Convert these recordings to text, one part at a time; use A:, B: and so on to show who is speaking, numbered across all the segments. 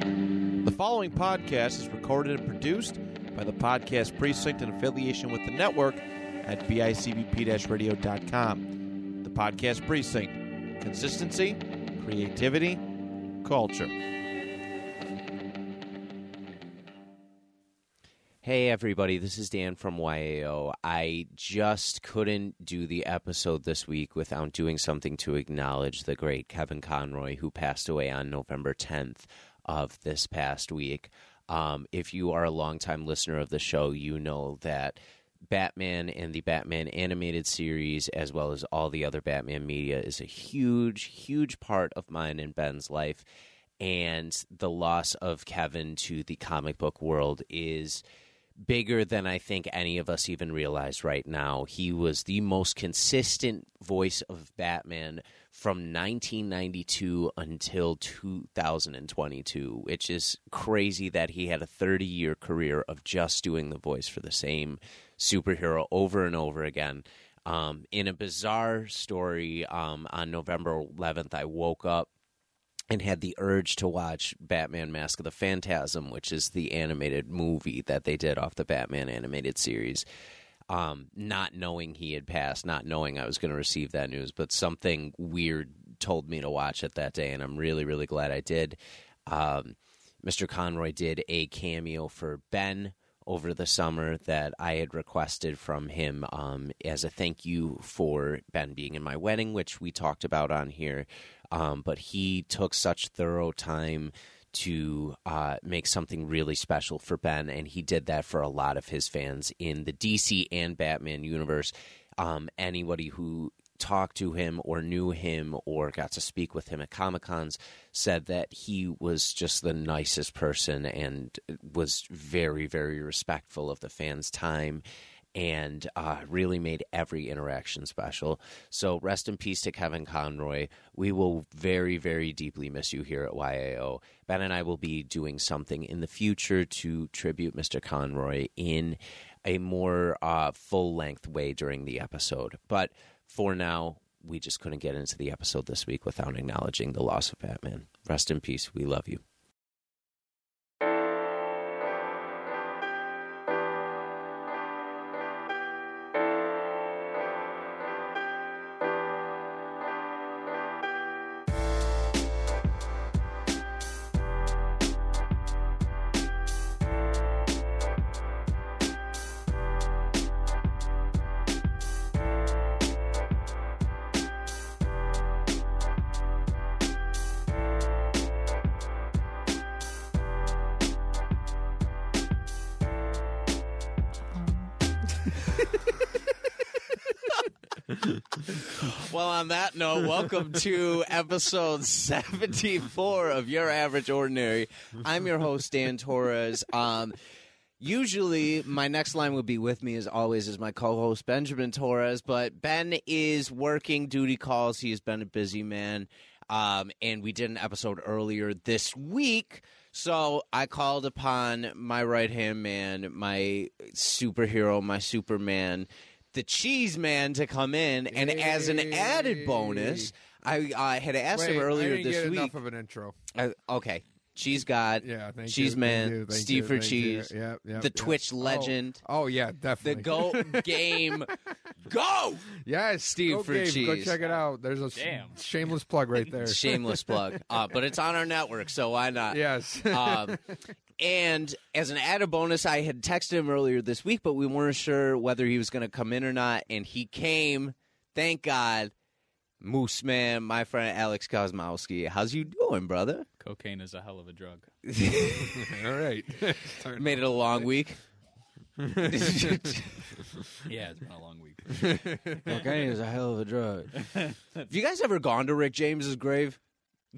A: The following podcast is recorded and produced by the Podcast Precinct in affiliation with the network at bicbp radio.com. The Podcast Precinct Consistency, Creativity, Culture.
B: Hey, everybody, this is Dan from YAO. I just couldn't do the episode this week without doing something to acknowledge the great Kevin Conroy, who passed away on November 10th of this past week. Um, if you are a longtime listener of the show, you know that Batman and the Batman animated series, as well as all the other Batman media, is a huge, huge part of mine and Ben's life. And the loss of Kevin to the comic book world is bigger than I think any of us even realize right now. He was the most consistent voice of Batman from 1992 until 2022, which is crazy that he had a 30 year career of just doing the voice for the same superhero over and over again. Um, in a bizarre story, um, on November 11th, I woke up and had the urge to watch Batman Mask of the Phantasm, which is the animated movie that they did off the Batman animated series. Um, not knowing he had passed, not knowing I was going to receive that news, but something weird told me to watch it that day, and I'm really, really glad I did. Um, Mr. Conroy did a cameo for Ben over the summer that I had requested from him um, as a thank you for Ben being in my wedding, which we talked about on here. Um, but he took such thorough time to uh, make something really special for Ben, and he did that for a lot of his fans in the DC and Batman universe. Um, anybody who talked to him or knew him or got to speak with him at Comic Cons said that he was just the nicest person and was very, very respectful of the fans' time and uh, really made every interaction special. So rest in peace to Kevin Conroy. We will very, very deeply miss you here at YAO. Ben and I will be doing something in the future to tribute Mr. Conroy in a more uh, full length way during the episode. But for now, we just couldn't get into the episode this week without acknowledging the loss of Batman. Rest in peace. We love you. Well, on that note, welcome to episode 74 of Your Average Ordinary. I'm your host, Dan Torres. Um, usually, my next line would be with me, as always, is my co host, Benjamin Torres. But Ben is working duty calls. He has been a busy man. Um, and we did an episode earlier this week. So I called upon my right hand man, my superhero, my Superman, the cheese man to come in. And as an added bonus, I uh, had asked
C: Wait,
B: him
C: I
B: earlier
C: didn't
B: this
C: get
B: week.
C: enough of an intro.
B: Uh, okay. Cheese God,
C: Yeah, thank
B: Cheese
C: you, thank
B: Man,
C: you, thank
B: Steve
C: you,
B: for
C: thank you.
B: Cheese,
C: Yep, yep,
B: the
C: yep.
B: Twitch
C: Oh,
B: legend,
C: Oh, yeah,
B: the
C: definitely.
B: GOAT game. Go!
C: yes,
B: Steve
C: go
B: for
C: Gabe, Go
B: Cheese.
C: check it out. There's a s-
D: Damn.
C: shameless plug right there.
B: Shameless plug. Uh, but it's on our network, so why not?
C: yes.
B: um, and as an added bonus, I had texted him earlier this week, but we weren't sure whether he was going to come in or not. And he came. Thank God. Moose Man, my friend Alex Kosmowski. How's you doing, brother?
D: Cocaine is a hell of a drug.
C: All right.
B: Made it a long week.
D: Yeah, it's been a long week.
B: Cocaine is a hell of a drug. have you guys ever gone to Rick James's grave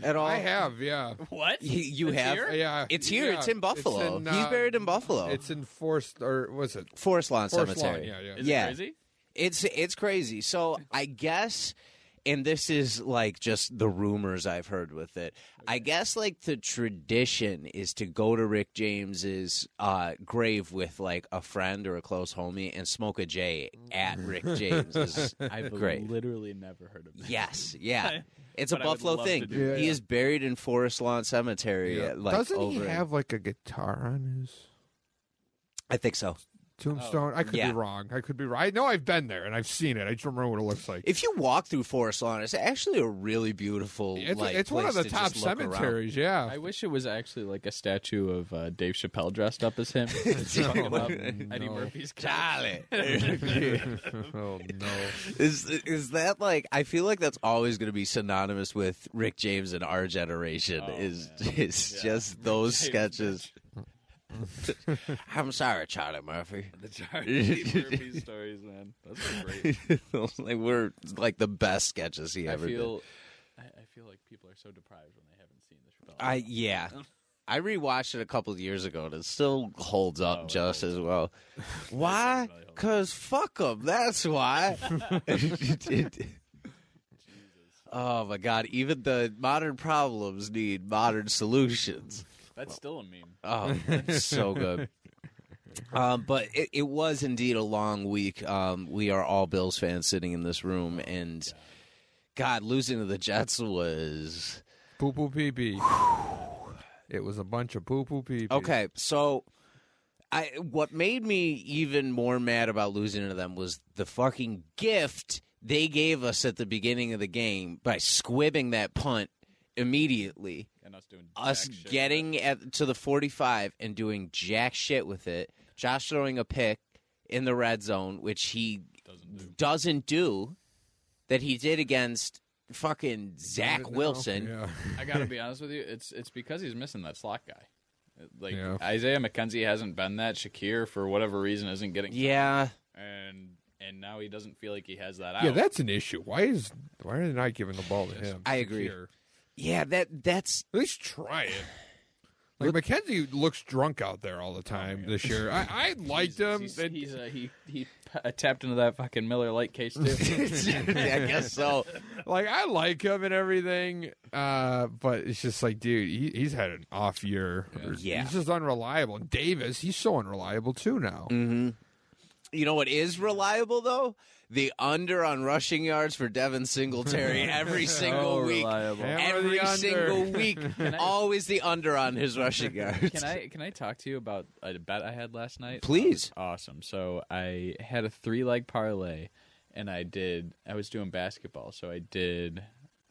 B: at all?
C: I have, yeah.
D: what?
B: You, you
D: It's
B: have?
D: here?
C: Yeah.
B: It's here.
C: yeah.
B: It's in Buffalo.
C: It's in,
B: He's
C: uh,
B: buried in Buffalo.
C: It's in Forest, or was it?
B: Forest Lawn
C: Forest
B: Cemetery.
C: Lawn, yeah, yeah.
D: Is
B: yeah.
D: it crazy?
B: It's it's crazy. So I guess and this is like just the rumors I've heard with it. I guess like the tradition is to go to Rick James's uh, grave with like a friend or a close homie and smoke a J
C: Mm-hmm.
B: at Rick James's.
D: I've
B: Great.
D: literally never heard of that.
B: yes, yeah. It's a
D: But I would
B: Buffalo
D: love to
B: thing.
D: do
C: that.
B: He
C: Yeah.
B: is buried in Forest Lawn Cemetery.
C: Yeah.
B: uh, Like,
C: Doesn't
B: over
C: he
B: in-
C: have like a guitar on his
B: I think so.
C: tombstone? I could
B: yeah.
C: be wrong. I could be right. I know I've been there and I've seen it. I just don't remember what it looks like.
B: If you walk through Forest Lawn, it's actually a really beautiful.
C: It's,
B: like,
C: it's one of
B: place
C: the
B: to
C: top
B: just look around.
C: cemeteries.
D: I
C: Yeah.
D: wish it was actually like a statue of uh, Dave Chappelle dressed up as him. It's fucking up Eddie Murphy's kid.
B: Charlie.
C: oh no.
B: Is is that like? I feel like that's always going to be synonymous with Rick James and our generation.
D: Oh,
B: is
D: man.
B: is
D: Yeah.
B: just those
D: James
B: sketches. I'm sorry, Charlie Murphy.
D: The Charlie Murphy stories, man. That's great.
B: like we're like the best sketches he
D: I
B: ever did.
D: feel, I, I feel like people are so deprived when they haven't seen the Chappelle.
B: I yeah. I rewatched it a couple of years ago and it still holds up
D: Oh, it
B: just
D: holds
B: as well. Why?
D: really holds up.
B: Cause fuck them. That's why. oh my god! Even the modern problems need modern solutions.
D: That's still a meme.
B: Oh, it's so good. Um, but it, it was indeed a long week. Um, we are all Bills fans sitting in this room, and God, losing to the Jets was
C: Poo poo pee pee. It was a bunch of poo poo pee pee.
B: Okay, so I what made me even more mad about losing to them was the fucking gift they gave us at the beginning of the game by squibbing that punt immediately.
D: And us doing
B: Us
D: jack shit.
B: getting at, to the 45 and doing jack shit with it. Josh throwing a pick in the red zone which he
D: Doesn't do.
B: doesn't do that he did against fucking
C: Is
B: Zach
C: it now?
B: Wilson.
C: Yeah.
D: I gotta be honest with you. It's it's because he's missing that slot guy. Like
C: Yeah.
D: Isaiah McKenzie hasn't been that. Shakir for whatever reason isn't getting.
B: yeah.
D: And and now he doesn't feel like he has that out.
C: Yeah, that's an issue. Why is why are they not giving the ball to him?
B: I agree.
C: Shakir?
B: Yeah, that that's
C: At least try it. Like McKenzie looks drunk out there
B: Oh,
C: all the time this year. I, I liked
D: Jesus,
C: him. and-
D: He's, he's, uh, he he p- tapped into that fucking Miller Light case too.
B: I guess so.
C: like I like him and everything, uh, but it's just like, dude, he, he's had an off year.
B: Yeah.
C: he's just unreliable. And Davis, he's so unreliable too now.
B: Mm. You know what is reliable though? The under on rushing yards for Devin Singletary every
D: Oh,
B: single week.
C: Hammer
B: Every
C: the under.
B: single week, always the under on his rushing yards.
D: Can I can I talk to you about a bet I had last night?
B: Please.
D: That was awesome. So I had a three leg parlay, and I did. I was doing basketball, so I did.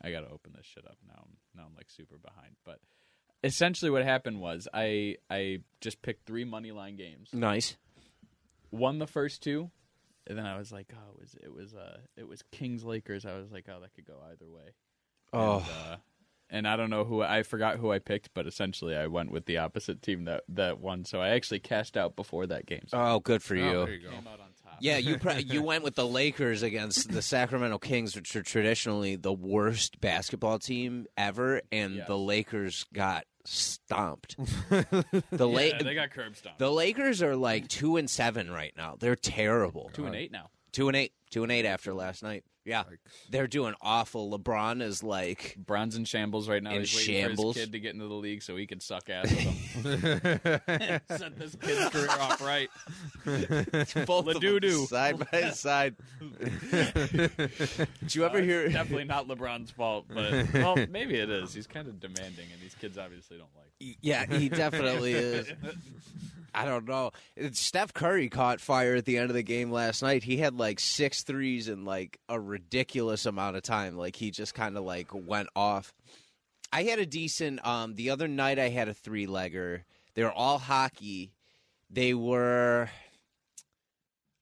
D: I got to open this shit up now. I'm, now I'm like super behind, but essentially what happened was I I just picked three money line games,
B: Nice.
D: won the first two, and then I was like, oh, it was it was uh it was Kings Lakers. I was like, oh, that could go either way.
B: Oh,
D: And, uh, and I don't know who I forgot who I picked, but essentially I went with the opposite team that that won. So I actually cashed out before that game. So
B: oh, good for
C: Oh,
B: you.
C: there you go.
D: I came out on top.
B: Yeah, you pro- you went with the Lakers against the Sacramento Kings, which are traditionally the worst basketball team ever, and
D: Yes.
B: the Lakers got stomped. the La-
D: Yeah, they got curb stomped.
B: the Lakers are like two and seven right now. They're terrible.
D: Two and
C: Uh,
D: eight now.
B: Two and eight. Two and eight after last night. Yeah. They're doing awful. LeBron is like
D: Bron's in shambles right now.
B: In
D: He's waiting for
B: shambles.
D: his kid to get into the league so he can suck ass with him. Set this kid's career off right.
B: both of them
D: Ledoudou.
B: side by side. Did you
D: Uh,
B: ever hear
D: Definitely not LeBron's fault, but well, maybe it is. He's kind of demanding, and these kids obviously don't like.
B: Yeah, he definitely is. I don't know. It's- Steph Curry caught fire at the end of the game last night. He had like six threes in like a ridiculous amount of time. Like he just kind of like went off. I had a decent um the other night I had a three legger. They were all hockey. They were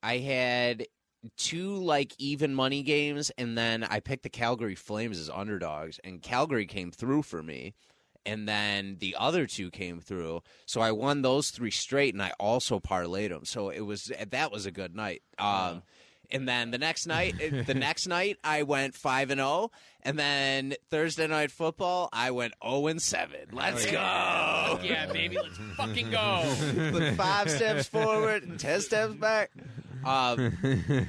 B: I had two like even money games and then I picked the Calgary Flames as underdogs and Calgary came through for me and then the other two came through. So I won those three straight, and I also parlayed them. So it was that was a good night. Um, And then the next night, the next night I went five and zero, and then Thursday night football I went zero and seven.
D: Oh,
B: Let's go!
D: Yeah, baby, let's fucking go.
B: Put five steps forward and ten steps back. Uh,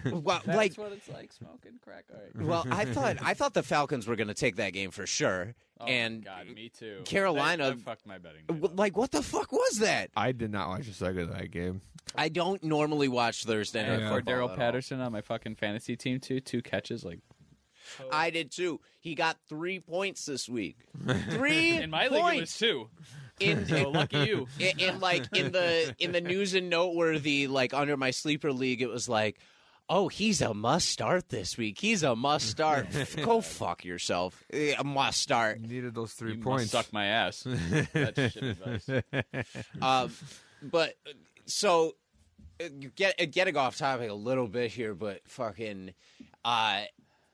B: well,
D: That's
B: like,
D: what it's like smoking crack. All right.
B: well, I thought I thought the Falcons were going to take that game for sure,
D: Oh,
B: and
D: God, me too.
B: Carolina-
D: That- that fucked my betting.
B: w- like, what the fuck was that?
C: I did not watch a second of that game.
B: I don't normally watch Thursday night football
D: for
B: at
D: Daryl
B: all.
D: Patterson on my fucking fantasy team too. Two catches, like
B: I did too. He got three points this week. Three
D: in my league it was
B: points.
D: two.
B: in,
D: So lucky you.
B: in, in, like in the in the news and noteworthy like under my sleeper league it was like oh he's a must start this week he's a must start go fuck yourself Eh, a must start
C: Needed those three
D: You must
C: points.
D: suck my ass. That's shit advice.
B: um, but uh, so uh, get uh, getting off topic a little bit here but fucking uh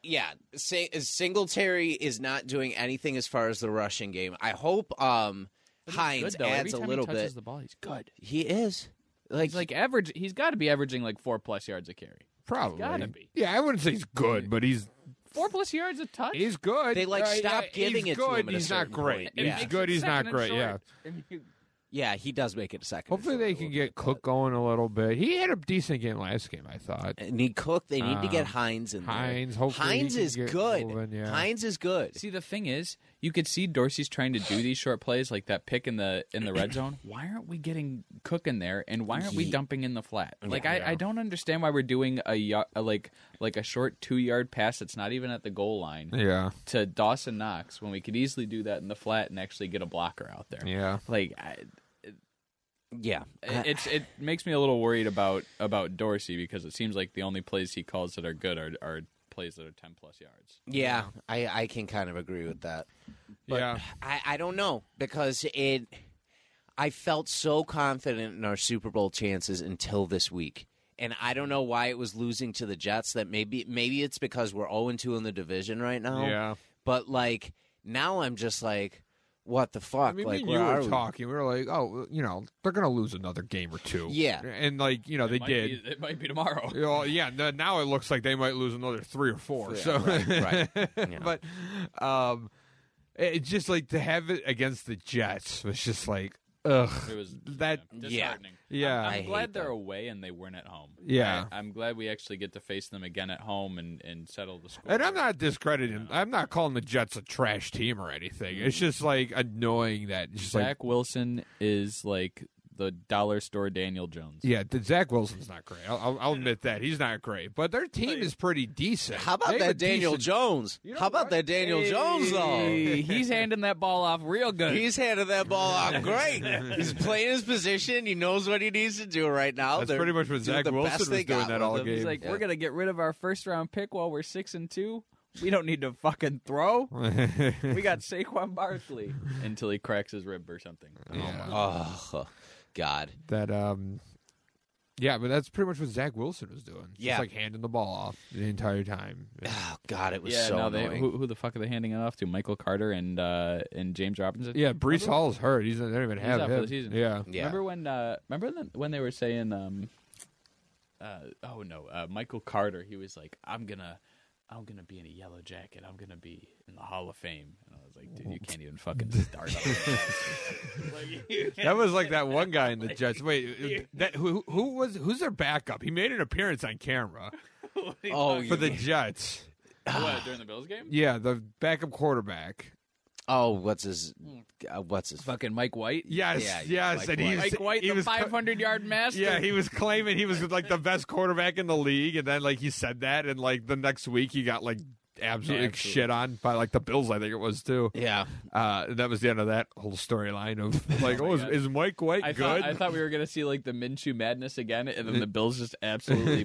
B: yeah, Sing- Singletary is not doing anything as far as the rushing game. I hope um, Hines
D: Good, though. Every
B: adds a
D: time
B: little
D: he touches
B: bit.
D: the ball, he's good.
B: He is
D: He's like average. He's got to be averaging like four plus yards a carry.
C: Probably.
D: gotta be.
C: Yeah, I wouldn't say he's good, but he's
D: Four plus yards a touch.
C: he's good.
B: They, like,
C: Uh,
B: stop
C: yeah,
B: giving
C: he's
B: it to
C: good,
B: him at a
C: He's not
B: certain
C: great.
B: point. Yeah.
C: He's good. He's not great. Yeah.
D: Yeah.
B: Yeah, he does make it a second.
C: Hopefully they can get Cook going a little bit. He had a decent game last game, I thought.
B: Uh, Need Cook. They need to get
C: Um,
B: Hines in there.
C: Hines, hopefully he
B: Hines
C: can
B: is
C: get
B: good.
C: moving, yeah.
B: Hines is good.
D: See, the thing is, you could see Dorsey's trying to do these short plays, like that pick in the in the red zone. Why aren't we getting Cook in there, and why aren't we
B: Ye-
D: dumping in the flat? Like, I, I don't understand why we're doing a, ya- a like like a short two yard pass that's not even at the goal line
C: Yeah.
D: to Dawson Knox when we could easily do that in the flat and actually get a blocker out there.
C: Yeah.
D: Like, I,
B: Yeah, Uh,
D: it's it makes me a little worried about about Dorsey because it seems like the only plays he calls that are good are are plays that are ten plus yards.
B: yeah. I I can kind of agree with that.
C: yeah.
B: I I don't know because it. I felt so confident in our Super Bowl chances until this week. And I don't know why it was losing to the Jets. That maybe maybe it's because we're 0 2 in the division right now.
C: Yeah.
B: But like now I'm just like, what the fuck?
C: I mean,
B: like
C: me and
B: where
C: you
B: are
C: were
B: we?
C: talking. We were like, oh, you know, they're going to lose another game or two.
B: Yeah.
C: And, like, you know, they
D: might
C: did.
D: Be, it might be tomorrow.
C: You know, yeah, th- now it looks like they might lose another three or four. so,
B: right,
C: but um, it- it's just like to have it against the Jets was just like, ugh,
D: It was
C: That-
D: yeah,
B: yeah.
D: disheartening.
C: Yeah.
D: I'm, I'm
B: I hate
D: glad they're
B: that.
D: away and they weren't at home.
C: Yeah.
D: I, am glad we actually get to face them again at home and and settle the score.
C: And I'm not discrediting. I'm not calling the Jets a trash team or anything. It's just like annoying that just
D: Zach
C: like
D: Wilson is like the dollar store Daniel Jones.
C: yeah, the Zach Wilson's not great. I'll, I'll, I'll admit that he's not great, but their team is pretty decent.
B: How about
C: They have a
B: that Daniel
C: decent-
B: Jones?
C: know
B: How about
C: what?
B: that Daniel Jones though?
D: Hey, he's handing that ball off real good.
B: He's handed that ball off great. He's playing his position. He knows what he needs to do right now.
C: That's
B: They're
C: pretty much what
B: doing
C: Zach
B: the
C: Wilson
B: best
C: was
B: they
C: doing
B: got
C: that
B: with
C: all
B: him.
C: game.
D: He's like, we're gonna get rid of our first round pick while we're six and two. We don't need to fucking throw.
B: oh
D: we got Saquon Barkley until he cracks his rib or something.
C: Yeah.
B: Oh God.
C: that um yeah, but that's pretty much what Zach Wilson was doing. Just
B: Yeah.
C: like handing the ball off the entire time.
B: Oh God, it was
D: yeah,
B: so
D: no, they,
B: annoying.
D: who, who the fuck are they handing it off to? Michael Carter and uh, and James Robinson.
C: Yeah, Brees Hall's hurt. He's they don't even
D: He's
C: have
D: out
C: him.
D: for the season.
C: Yeah,
B: yeah.
D: Remember when? Uh, remember when- when they were saying, um, uh, "Oh no, uh, Michael Carter." He was like, "I'm gonna, I'm gonna be in a yellow jacket. I'm gonna be in the Hall of Fame." And I was like, "Dude, you can't even fucking start." on like, you can't-
C: that was like that one guy in the Jets. Wait, uh, that who who was who's their backup? He made an appearance on camera
B: oh,
C: for
B: you-
C: the Jets.
D: what, during the Bills game?
C: Yeah, the backup quarterback.
B: oh, what's his? Uh, what's his?
D: Fucking Mike White.
C: Yes,
B: Yeah,
C: yes,
B: Mike
C: and he
B: White.
C: was,
D: Mike White,
C: he
D: the
C: was cl-
D: 500 yard master.
C: Yeah, he was claiming he was like the best quarterback in the league, and then like he said that, and like the next week he got like absolutely
D: Absolutely.
C: shit on by like the Bills, I think it was too.
B: Yeah.
C: Uh, and that was the end of that whole storyline of like,
D: my
C: oh, is,
D: God.
C: is Mike White
D: I
C: good?
D: thought, I thought we were gonna see like the Minshew madness again, and then the Bills just absolutely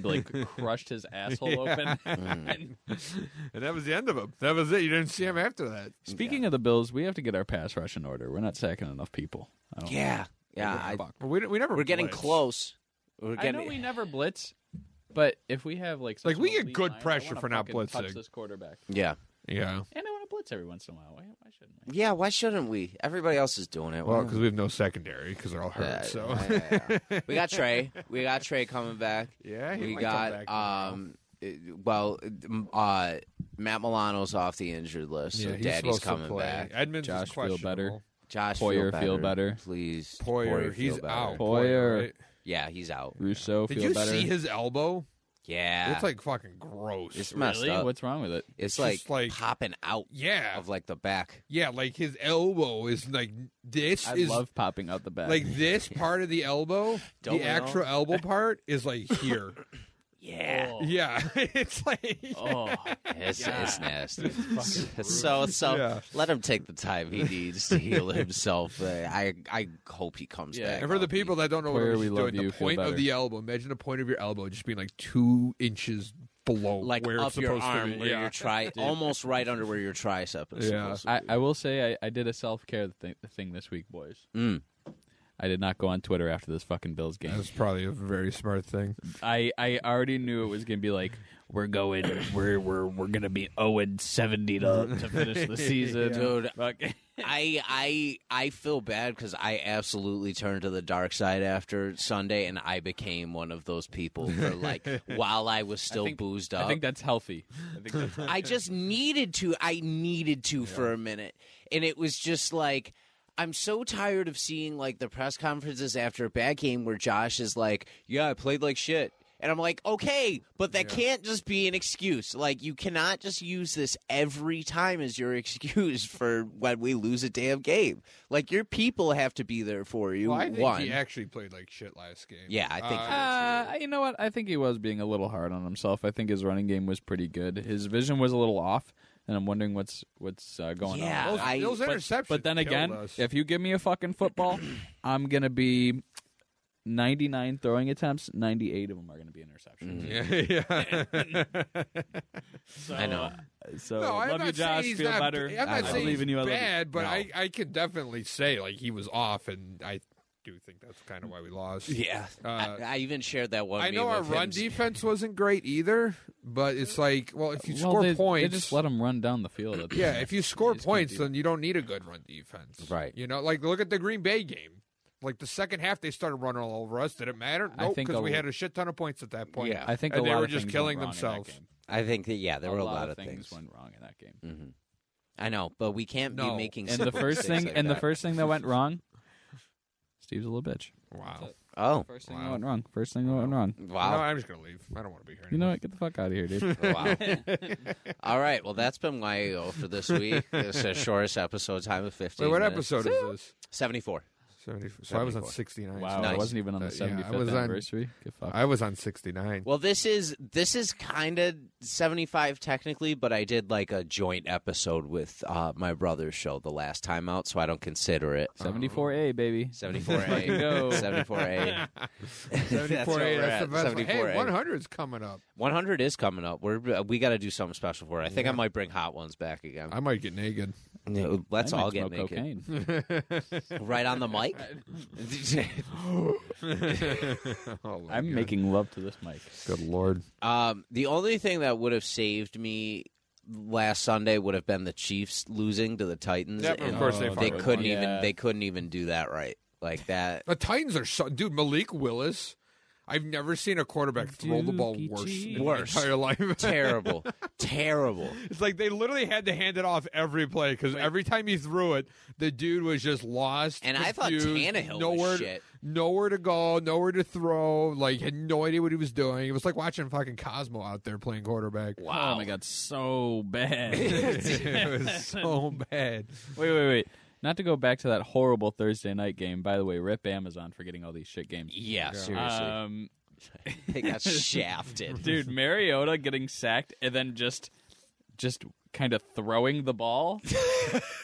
D: like crushed his asshole open.
B: Hmm.
D: And
C: and that was the end of him. That was it. You didn't see him after that.
D: Speaking of the Bills, we have to get our pass rush in order. We're not sacking enough people. I don't
B: Yeah. Yeah. I-
D: Fuck.
C: But we, we never.
B: we're getting
C: blitzed.
B: close. We're
D: I
B: getting.
D: know we never blitz, but if we have like such
C: Like, we
D: an
C: get
D: elite
C: good
D: line, I
C: pressure
D: wanna
C: for not
D: fucking touch
C: blitzing.
D: this quarterback,
B: yeah.
C: Yeah.
D: and I want to blitz every once in a while. Why, why shouldn't we?
B: Yeah. Why shouldn't we? Everybody else is doing it.
C: Well,
B: Why-
C: because we have no secondary because they're all hurt.
B: Yeah,
C: so
B: yeah, yeah, yeah. we got Trey. We got Trey coming back.
C: Yeah, he
B: we
C: might come
B: got
C: back
B: um. it- Well, uh, Matt Milano's off the injured list, so
C: Yeah, he's
B: Daddy's
C: supposed to
B: coming
C: play.
B: back.
C: Edmonds
D: Josh
C: is
D: feel better.
C: questionable.
B: Josh,
D: Poyer,
B: feel better,
D: feel better.
B: please.
C: Poyer,
B: feel
C: he's
B: better.
C: out.
D: Poyer.
C: right?
B: Yeah, he's out.
D: Rousseau
C: Did
D: feel
C: you
D: better.
C: see his elbow?
B: Yeah,
C: It's like fucking gross.
B: It's messed
D: really?
B: up.
D: What's wrong with it?
B: it's like,
C: just like-
B: popping out
C: yeah,
B: of like the back.
C: yeah, like his elbow is like this
D: I
C: is
D: love popping out the back.
C: like this part of the elbow.
B: Don't we
C: the actual elbow part is like here.
B: Yeah,
C: yeah, it's like
D: Oh,
B: it's, it's nasty.
D: fucking
B: so so
C: Yeah.
B: let him take the time he needs to heal himself. I I hope he comes
D: Yeah.
B: back.
C: And for the
B: healthy.
C: people that don't know what
D: Queer,
C: we're
D: we
C: just
D: love
C: doing,
D: you,
C: the
D: feel
C: point
D: better.
C: of the elbow, imagine the point of your elbow just being like two inches below
B: like
C: where
B: up
C: it's
B: your
C: supposed
B: arm,
C: to be.
B: where
C: yeah.
B: your tri, almost right under where your tricep is.
C: Yeah.
B: supposed to
D: I,
B: be.
D: I will say I, I did a self care thing, thing this week, boys.
B: Mm.
D: I did not go on Twitter after this fucking Bills game.
C: That's probably a very smart thing.
D: I, I already knew it was gonna be like we're going we're we're we're gonna be owed seventy to, to finish the season,
B: Dude.
D: Fuck.
B: I I I feel bad because I absolutely turned to the dark side after Sunday, and I became one of those people for like while I was still
D: think-
B: boozed up.
D: I
B: I,
D: think that's healthy. I think that's healthy.
B: just needed to. I needed to for a minute, and it was just like. I'm so tired of seeing like the press conferences after a bad game where Josh is like, "Yeah, I played like shit." And I'm like, "Okay, but that can't just be an excuse. Like you cannot just use this every time as your excuse for when we lose a damn game. Like your people have to be there for you."
C: Well, I think
B: one.
C: he actually played like shit last game.
B: Yeah, I think
C: Uh,
D: Uh, you know what? I think he was being a little hard on himself. I think his running game was pretty good. His vision was a little off, and I'm wondering what's what's uh, going
B: Yeah,
D: on.
C: those,
D: with that.
B: I-
C: those
D: but,
C: interceptions.
D: but then
C: killed
D: again,
C: us.
D: if you give me a fucking football, I'm gonna be 99 throwing attempts. 98 of them are gonna be interceptions.
C: yeah, yeah.
D: So,
B: I
C: Uh,
B: know.
D: So
C: no, I'm
D: love
C: not
D: you, Josh.
C: saying he's
D: Feel
C: not,
D: better.
C: I'm not
B: I
C: saying
D: believe
C: he's
D: in you. I love you.
C: bad, but
D: No.
C: I I could definitely say like he was off, and I do think that's kind of why we lost.
B: yeah.
C: Uh,
B: I, I even shared that one.
C: I know
B: meme
C: our
B: of him
C: run defense wasn't great either, but it's like, well, if you
D: Well,
C: score
D: they,
C: points,
D: They just let him run down the field. At the
C: yeah,
D: end.
C: if you score
D: It's
C: points,
D: confusing.
C: then you don't need a good run defense,
B: Right.
C: You know, like look at the Green Bay game. Like the second half, they started running all over us. Did it matter?
D: I
C: Nope,
D: think
C: because
D: a-
C: we had a shit ton of points at that point.
B: Yeah.
D: I think
C: and
D: a
C: they
D: lot
C: were
D: of
C: just
D: things
C: killing
D: went wrong in that
C: themselves.
D: game.
B: I think that yeah, there were a lot, of things.
D: went wrong in that game.
B: Mhm. I know, but we can't be
C: No.
B: making
D: And the
B: simple
D: first
B: mistakes
D: thing,
B: like
D: and the
B: that.
D: first thing that went wrong, Steve's a little bitch.
C: Wow.
B: oh
D: First
C: thing that
D: thing that
C: Wow. went
D: went wrong. First thing that went wrong.
C: No,
B: wow.
C: I'm just gonna leave. I don't want to be here.
D: You know
C: anymore.
D: what? Get the fuck out of here, dude.
B: Oh, Wow. All right. Well, that's been YAO for this week. It's the shortest episode, time of 15.
C: Wait, what
B: minutes.
C: episode is this?
B: 74.
C: 74. So I was on
B: 74.
C: 69.
D: wow, I
B: nice.
D: wasn't even on the
C: Uh, yeah, I
D: 75th
C: was on-
D: anniversary. Get fucked.
C: I was on 69.
B: Well, this is this is kind of 75 technically, but I did like a joint episode with uh, my brother's show the last time out, so I don't consider it.
D: 74A, baby.
B: 74A.
D: fucking go.
B: 74A. That's where
C: 74.
B: we're
C: that's
B: at,
C: the best one. Hey,
B: 74A.
C: 100 is coming up.
B: 100 is coming up. We're uh, we got to do something special for it. I think I might bring hot ones back again.
C: I might get naked.
B: No, Let's
D: I might
B: all get
D: smoke
B: naked.
D: cocaine.
B: Right on the mic. Oh,
D: I'm making love to this mic.
C: Good lord.
B: um, the only thing that would have saved me last Sunday would have been the Chiefs losing to the Titans.
C: Yep, of
B: and
C: course they
B: they
C: fucking
B: couldn't
D: won.
B: even
D: Yeah.
B: they couldn't even do that right. Like that.
C: The Titans are so dude. Malik Willis. I've never seen a quarterback throw the ball
D: Dookie
C: worse
D: G.
C: in
B: Worse.
C: my entire life.
B: terrible. terrible.
C: it's like they literally had to hand it off every play because every time he threw it, the dude was just lost.
B: And I thought
C: confused,
B: Tannehill was
C: nowhere,
B: shit.
C: nowhere to go, nowhere to throw. Like had no idea what he was doing. It was like watching fucking Cosmo out there playing quarterback.
D: Oh my god, so bad.
C: it was so bad.
D: Wait, wait, wait. Not to go back to that horrible Thursday night game. By the way, rip Amazon for getting all these shit games.
B: Yeah, seriously.
D: Um,
B: they got shafted.
D: dude, Mariota getting sacked and then just, just kind of throwing the ball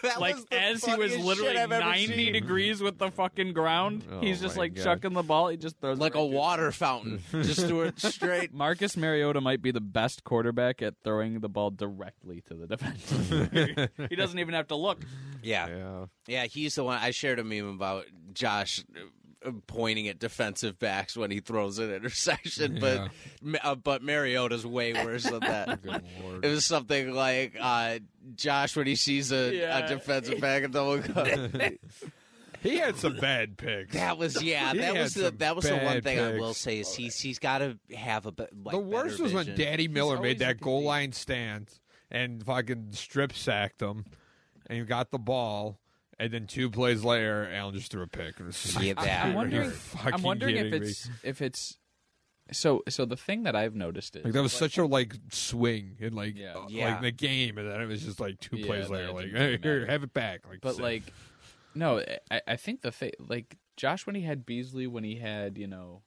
B: That
D: like
B: was the
D: as he was
B: funniest
D: literally
B: shit I've ever
D: ninety
B: seen.
D: degrees with the fucking ground. he's just
C: my
D: like
C: God.
D: chucking the ball. He just throws it
B: like
D: right
B: a
D: to-
B: water fountain. Just threw it straight.
D: Marcus Mariota might be the best quarterback at throwing the ball directly to the defense. he doesn't even have to look.
B: Yeah.
C: Yeah.
B: Yeah, he's the one. I shared a meme about Josh uh, pointing at defensive backs when he throws an interception, but Ma- uh, but Mariota's way worse than that.
C: Good lord.
B: It was something like uh, Josh when he sees a,
D: Yeah.
B: a defensive back and double go.
C: He had some bad picks.
B: that was yeah.
C: He
B: That
C: had
B: was the
C: some
B: that was the one
C: bad
B: thing I
C: picks.
B: will say is he's he's got to have a be- like,
C: the worst
B: better
C: was when
B: vision.
C: Daddy Miller
D: always
C: made that
D: looking
C: goal
D: deep.
C: line stand and fucking strip sacked him and he got the ball. And then two plays later, Allen just threw a pick. And it's just
B: Yeah,
C: like,
B: that.
D: I'm
B: Are
D: wondering.
C: you
D: I'm
C: fucking
D: wondering if
C: kidding me?
D: it's if it's. So so the thing that I've noticed is
C: Like that was such a like swing and like
D: Yeah.
C: uh,
B: Yeah.
C: like the game, and then it was just like two
D: Yeah,
C: plays
D: then
C: later,
D: it
C: like
D: didn't really
C: hey, here,
D: matter.
C: have it back. Like,
D: But
C: so-
D: like, no, I, I think the fa- like Josh when he had Beasley when he had you know,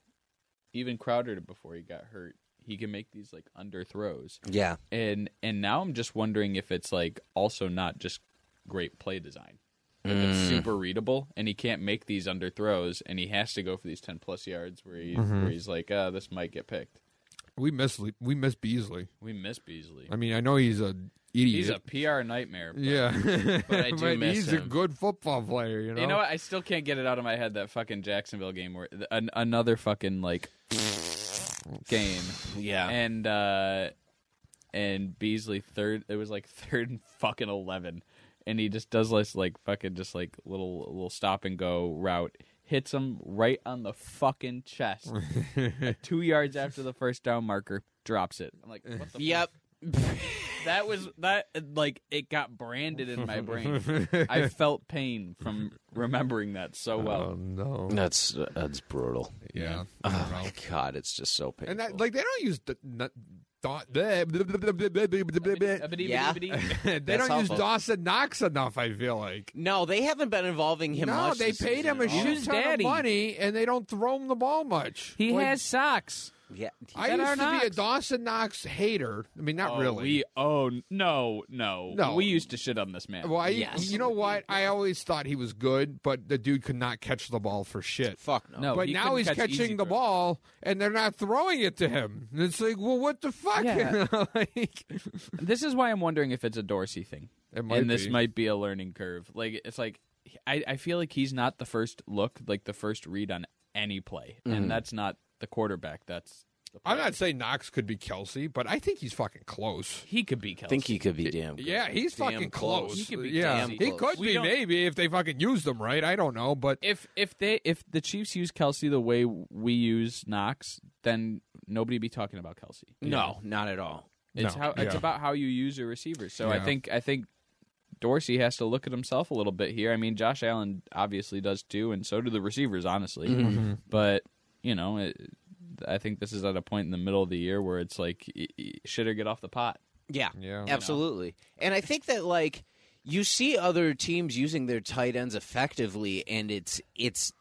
D: even Crowder before he got hurt, he can make these like under throws,
B: Yeah.
D: and and now I'm just wondering if it's like also not just great play design. Like it's super readable, and he can't make these under throws, and he has to go for these ten plus yards where he's where he's like, uh, this might get picked.
C: we miss Le- we miss Beasley.
D: We miss Beasley.
C: I mean, I know he's a
D: He's a
C: idiot.
D: PR nightmare. But
C: yeah,
D: but I do miss
C: he's a
D: him.
C: good football player. You know,
D: You know what? I still can't get it out of my head that fucking Jacksonville game where th- an, another fucking like game
B: Yeah.
D: and uh and Beasley third it was like third and fucking 11 and he just does this like fucking just like little little stop and go route hits him right on the fucking chest 2 yards after the first down marker drops it. I'm like what the
B: yep.
D: fuck? That was that like it got branded in my brain. I felt pain from remembering that so
C: oh
D: well.
C: no,
B: That's that's brutal.
C: yeah, I
B: Oh
C: don't know.
B: my god, it's just so painful.
C: and that like they don't use the not, thought they don't
D: Abidi-
B: Yeah.
D: abidi- abidi.
C: use
B: awful.
C: Dawson Knox enough. I feel like.
B: no, they haven't been involving him.
C: No,
B: much
C: they
B: this
C: paid him a
B: season at all.
D: Who's
C: shit ton of
D: daddy?
C: money, and they don't throw him the ball much.
D: He
C: Like,
D: has socks.
B: Yeah,
C: I
D: That
C: used
D: are
C: to be a
D: Knox.
C: Dawson Knox hater. I mean, not
D: Oh,
C: really.
D: We oh no no
C: No.
D: We used to shit on this man.
C: well, I,
B: Yes.
C: you know what? I always thought he was good, but the dude could not catch the ball for shit.
B: fuck no.
D: no,
C: but
D: he
C: now
D: couldn't
C: he's
D: catch easy
C: catching the
D: throws.
C: ball, and they're not throwing it to him. And it's like, well, what the fuck?
D: Yeah.
C: like,
D: This is why I'm wondering if it's a Dorsey thing,
C: it might
D: and this
C: be.
D: might be a learning curve. Like it's like I, I feel like he's not the first look, like the first read on any play,
C: Mm-hmm.
D: and that's not the quarterback. That's the
C: I'm
D: player.
C: not saying Knox could be Kelsey, but I think he's fucking close.
D: He could be Kelsey.
B: I think he could be damn. Good.
C: Yeah, he's
B: Damn
C: fucking
B: close.
C: close.
D: He could be
C: yeah,
D: damn
C: he
B: close.
C: could
D: We
C: be
D: don't-
C: maybe if they fucking used him right. I don't know, but
D: if if they if the Chiefs use Kelsey the way we use Knox, then nobody be talking about Kelsey.
B: No, not at all.
D: It's
C: No,
D: how it's
C: yeah.
D: about how you use your receivers. So I
C: Yeah.
D: think I think Dorsey has to look at himself a little bit here. I mean, Josh Allen obviously does too, and so do the receivers, honestly.
C: Mm-hmm.
D: But you know, it, I think this is at a point in the middle of the year where it's like, y- y- shit or get off the pot.
B: Yeah,
C: Yeah.
B: absolutely. And I think that like you see other teams using their tight ends effectively, and it's it's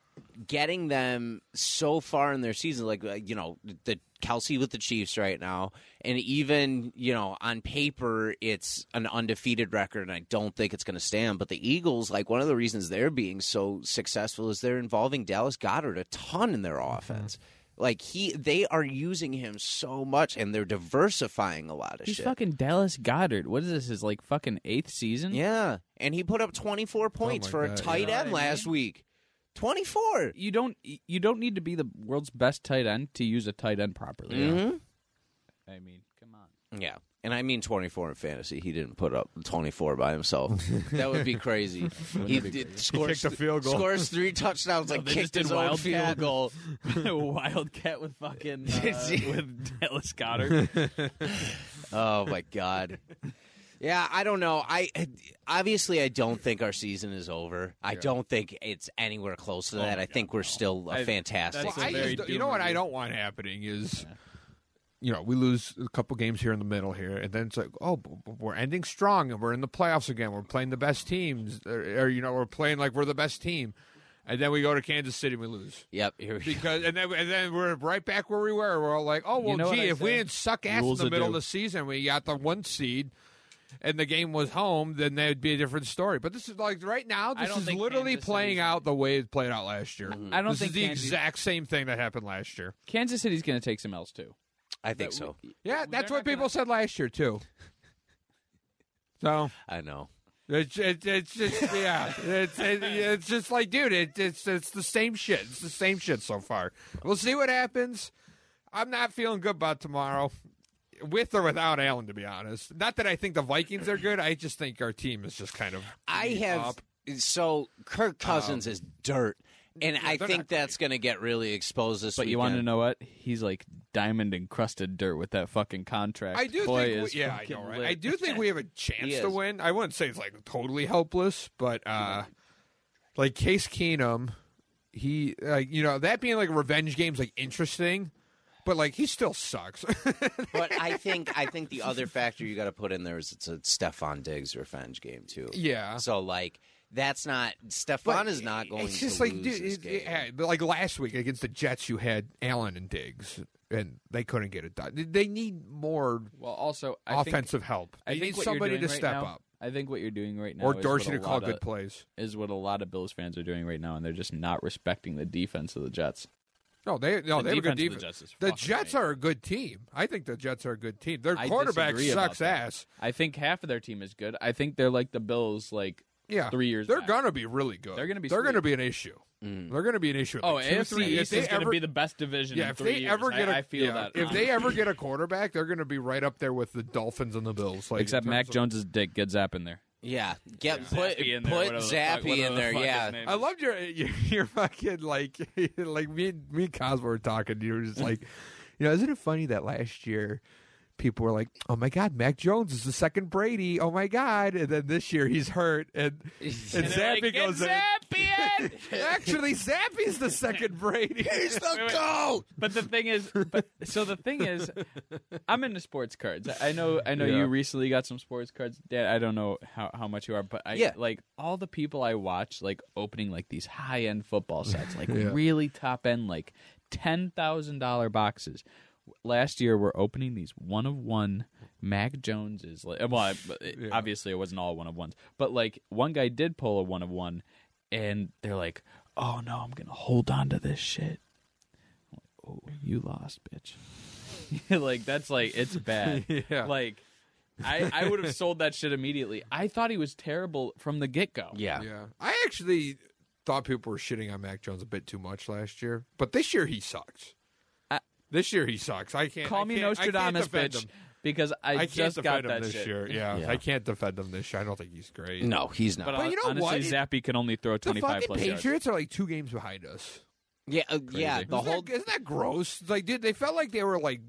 B: getting them so far in their season. Like uh, you know the Kelsey with the Chiefs right now, and even you know on paper it's an undefeated record, and I don't think it's going to stand. But the Eagles, like one of the reasons they're being so successful is they're involving Dallas Goddard a ton in their offense. Like he, they are using him so much, and they're diversifying a lot of
D: He's
B: shit.
D: fucking Dallas Goddard. What is this? His like fucking eighth season?
B: Yeah, and he put up 24 points
C: my
B: for
C: God,
B: a tight
D: Mm-hmm. know what
B: end
D: I
B: last week. 24.
D: You don't you don't need to be the world's best tight end to use a tight end properly.
C: Mm-hmm.
B: Mhm.
D: I mean, come on.
B: Yeah, and I mean 24 in fantasy. He didn't put up 24 by himself. that would be crazy. he did, scores
C: kicked a field goal.
B: Scores three touchdowns and
D: they
B: kicked
D: just did
B: his own
D: wild
B: field
D: cat.
B: goal.
D: Wildcat with fucking uh,
B: he?
D: with Dallas Goddard.
B: Oh my god. Yeah, I don't know. I obviously I don't think our season is over. I don't think it's anywhere close to that. I think we're still a
D: I-
B: fantastic.
D: that's
C: Well,
D: a
C: I
D: very
C: just, you know what I
D: doomer.
C: don't want happening is, you know, we lose a couple games here in the middle here, and then it's like, oh, b- b- we're ending strong, and we're in the playoffs again. We're playing the best teams, or, or, you know, we're playing like we're the best team, and then we go to Kansas City, and we lose
B: yep, here we go.
C: because, and then and then we're right back where we were. We're all like, oh well,
D: You know what
C: gee,
D: I
C: if we
D: say?
C: didn't suck ass in
D: Rules
C: the
D: are
C: middle of
D: due.
C: the season, we got the one seed. And the game was home, then that would be a different story. But this is like right now,
D: I
C: this
D: don't
C: is
D: think
C: literally
D: Kansas
C: playing
D: City's-
C: out the way it played out last year.
D: I don't
C: This
D: think
C: is the
D: Kansas,
C: exact same thing that happened last year.
D: Kansas City's going to take some else too.
B: I think so.
C: Yeah,
D: Well,
C: that's
D: they're
C: what
D: not gonna-
C: people said last year too. So
B: I know.
C: it's it, it's just yeah, it's it, it's just like dude, it, it's it's the same shit. It's the same shit so far. We'll see what happens. I'm not feeling good about tomorrow, with or without Allen. To be honest, not that I think the Vikings are good. I just think our team is just kind of.
B: I have
C: up. Um,
B: so Kirk Cousins is dirt, and I
C: they're
B: think
C: not great.
B: that's going to get really exposed this
D: But you want to know what? He's like diamond encrusted dirt with that fucking contract.
C: I do
D: Boy,
C: think,
D: is
C: we, yeah, I
D: fucking
C: know, right?
D: lit.
C: I do think we have a
B: He
C: chance
B: is.
C: to win. I wouldn't say it's like totally helpless, but uh, like Case Keenum, he like you know that being like a revenge game's like interesting, but like he still sucks.
B: But I think I think the other factor you got to put in there is it's a Stefan Diggs revenge game too.
C: yeah.
B: So like that's not Stefan
C: But
B: is not going
C: It's just
B: to
C: like
B: lose
C: dude,
B: this
C: it-
B: game.
C: it- yeah, but, like last week against the Jets, you had Allen and Diggs, and they couldn't get it done. They need more
D: Well, also I think,
C: offensive help. They
D: I think
C: need
D: what
C: somebody
D: you're
C: to
D: doing right
C: step
D: now,
C: up,
D: I think what you're doing right now,
C: or
D: is what
C: Dorsey
D: a
C: to call
D: lot
C: good
D: of-
C: plays.
D: is what a lot of Bills fans are doing right now, and they're just not respecting the defense of the Jets.
C: No, they no,
D: The
C: they have a good
D: defense of
C: defense.
D: the Jets is
C: The
D: fucking
C: Jets
D: amazing.
C: are a good team. I think the Jets are a good team. Their
D: I
C: quarterback
D: disagree about
C: sucks
D: that.
C: ass.
D: I think half of their team is good. I think they're like the Bills, like
C: Yeah,
D: three years.
C: They're
D: back.
C: gonna be really good.
D: They're gonna be
C: They're
D: sweet.
C: gonna be an issue.
B: Mm.
C: They're gonna be an issue. in,
D: Oh,
C: like, two,
D: AFC
C: three-
D: East
C: if
D: is
C: they
D: going to
C: ever,
D: be the best division
C: yeah,
D: in
C: if
D: three
C: they
D: years.
C: ever get a
D: I, I feel
C: yeah,
D: that.
C: if
D: honestly.
C: they ever get a quarterback, they're gonna be right up there with the Dolphins and the Bills. Like
D: except
C: in
D: Mac
C: terms of-
D: Jones's dick gets up in there.
B: Yeah, get put
D: Zappy in
B: put
D: there, whatever the fuck-
B: Zappy
D: whatever
B: in
D: the
B: there.
D: fuck his
B: Yeah,
D: name
C: I
D: is.
C: loved your your, your fucking like like me and me and Cosmo were talking. You were just like, you know, isn't it funny that last year people were like, "Oh my God, Mac Jones is the second Brady." Oh my God, and then this year he's hurt, and and,
D: They're
C: Zappy
D: like, "Get
C: goes
D: Zappy in!"
C: in. Actually, Zappy's the second Brady. he's the
D: wait.
C: goat.
D: But the thing is, but, so the thing is, I'm into sports cards. I know, I know
C: Yeah.
D: you recently got some sports cards, Dad. I don't know how, how much you are, but I
B: Yeah.
D: like all the people I watch, like opening like these high end football sets, like
C: Yeah.
D: really top end, like ten thousand dollar boxes. Last year, we're opening these one of one Mac Joneses. Like, well, I, obviously it wasn't all one of ones, but like one guy did pull a one of one, and they're like, "Oh no, I'm gonna hold on to this shit." oh, you lost, bitch. like that's like it's bad.
C: Yeah.
D: Like I I would have sold that shit immediately. I thought he was terrible from the get go.
B: yeah.
C: Yeah, I actually thought people were shitting on Mac Jones a bit too much last year, but this year he sucks.
D: I-
C: this year he sucks. I can't
D: Call
C: I
D: me
C: can't- I
D: Nostradamus,
C: can't defend
D: bitch,
C: him.
D: because I,
C: I can't
D: just got
C: defend him
D: that
C: this
D: shit.
C: year. Yeah,
B: Yeah.
C: I can't defend him this year. I don't think he's great.
B: No, he's not.
D: But,
C: But
D: hon-
C: you know
D: honestly,
C: what?
D: Zappy can only throw
C: The
D: 25
C: fucking
D: plus
C: Patriots
D: yards.
C: are like two games behind us.
B: yeah, uh, yeah.
D: Crazy.
B: The
C: isn't,
B: whole
C: that, isn't that gross? It's Like, dude, they felt like they were like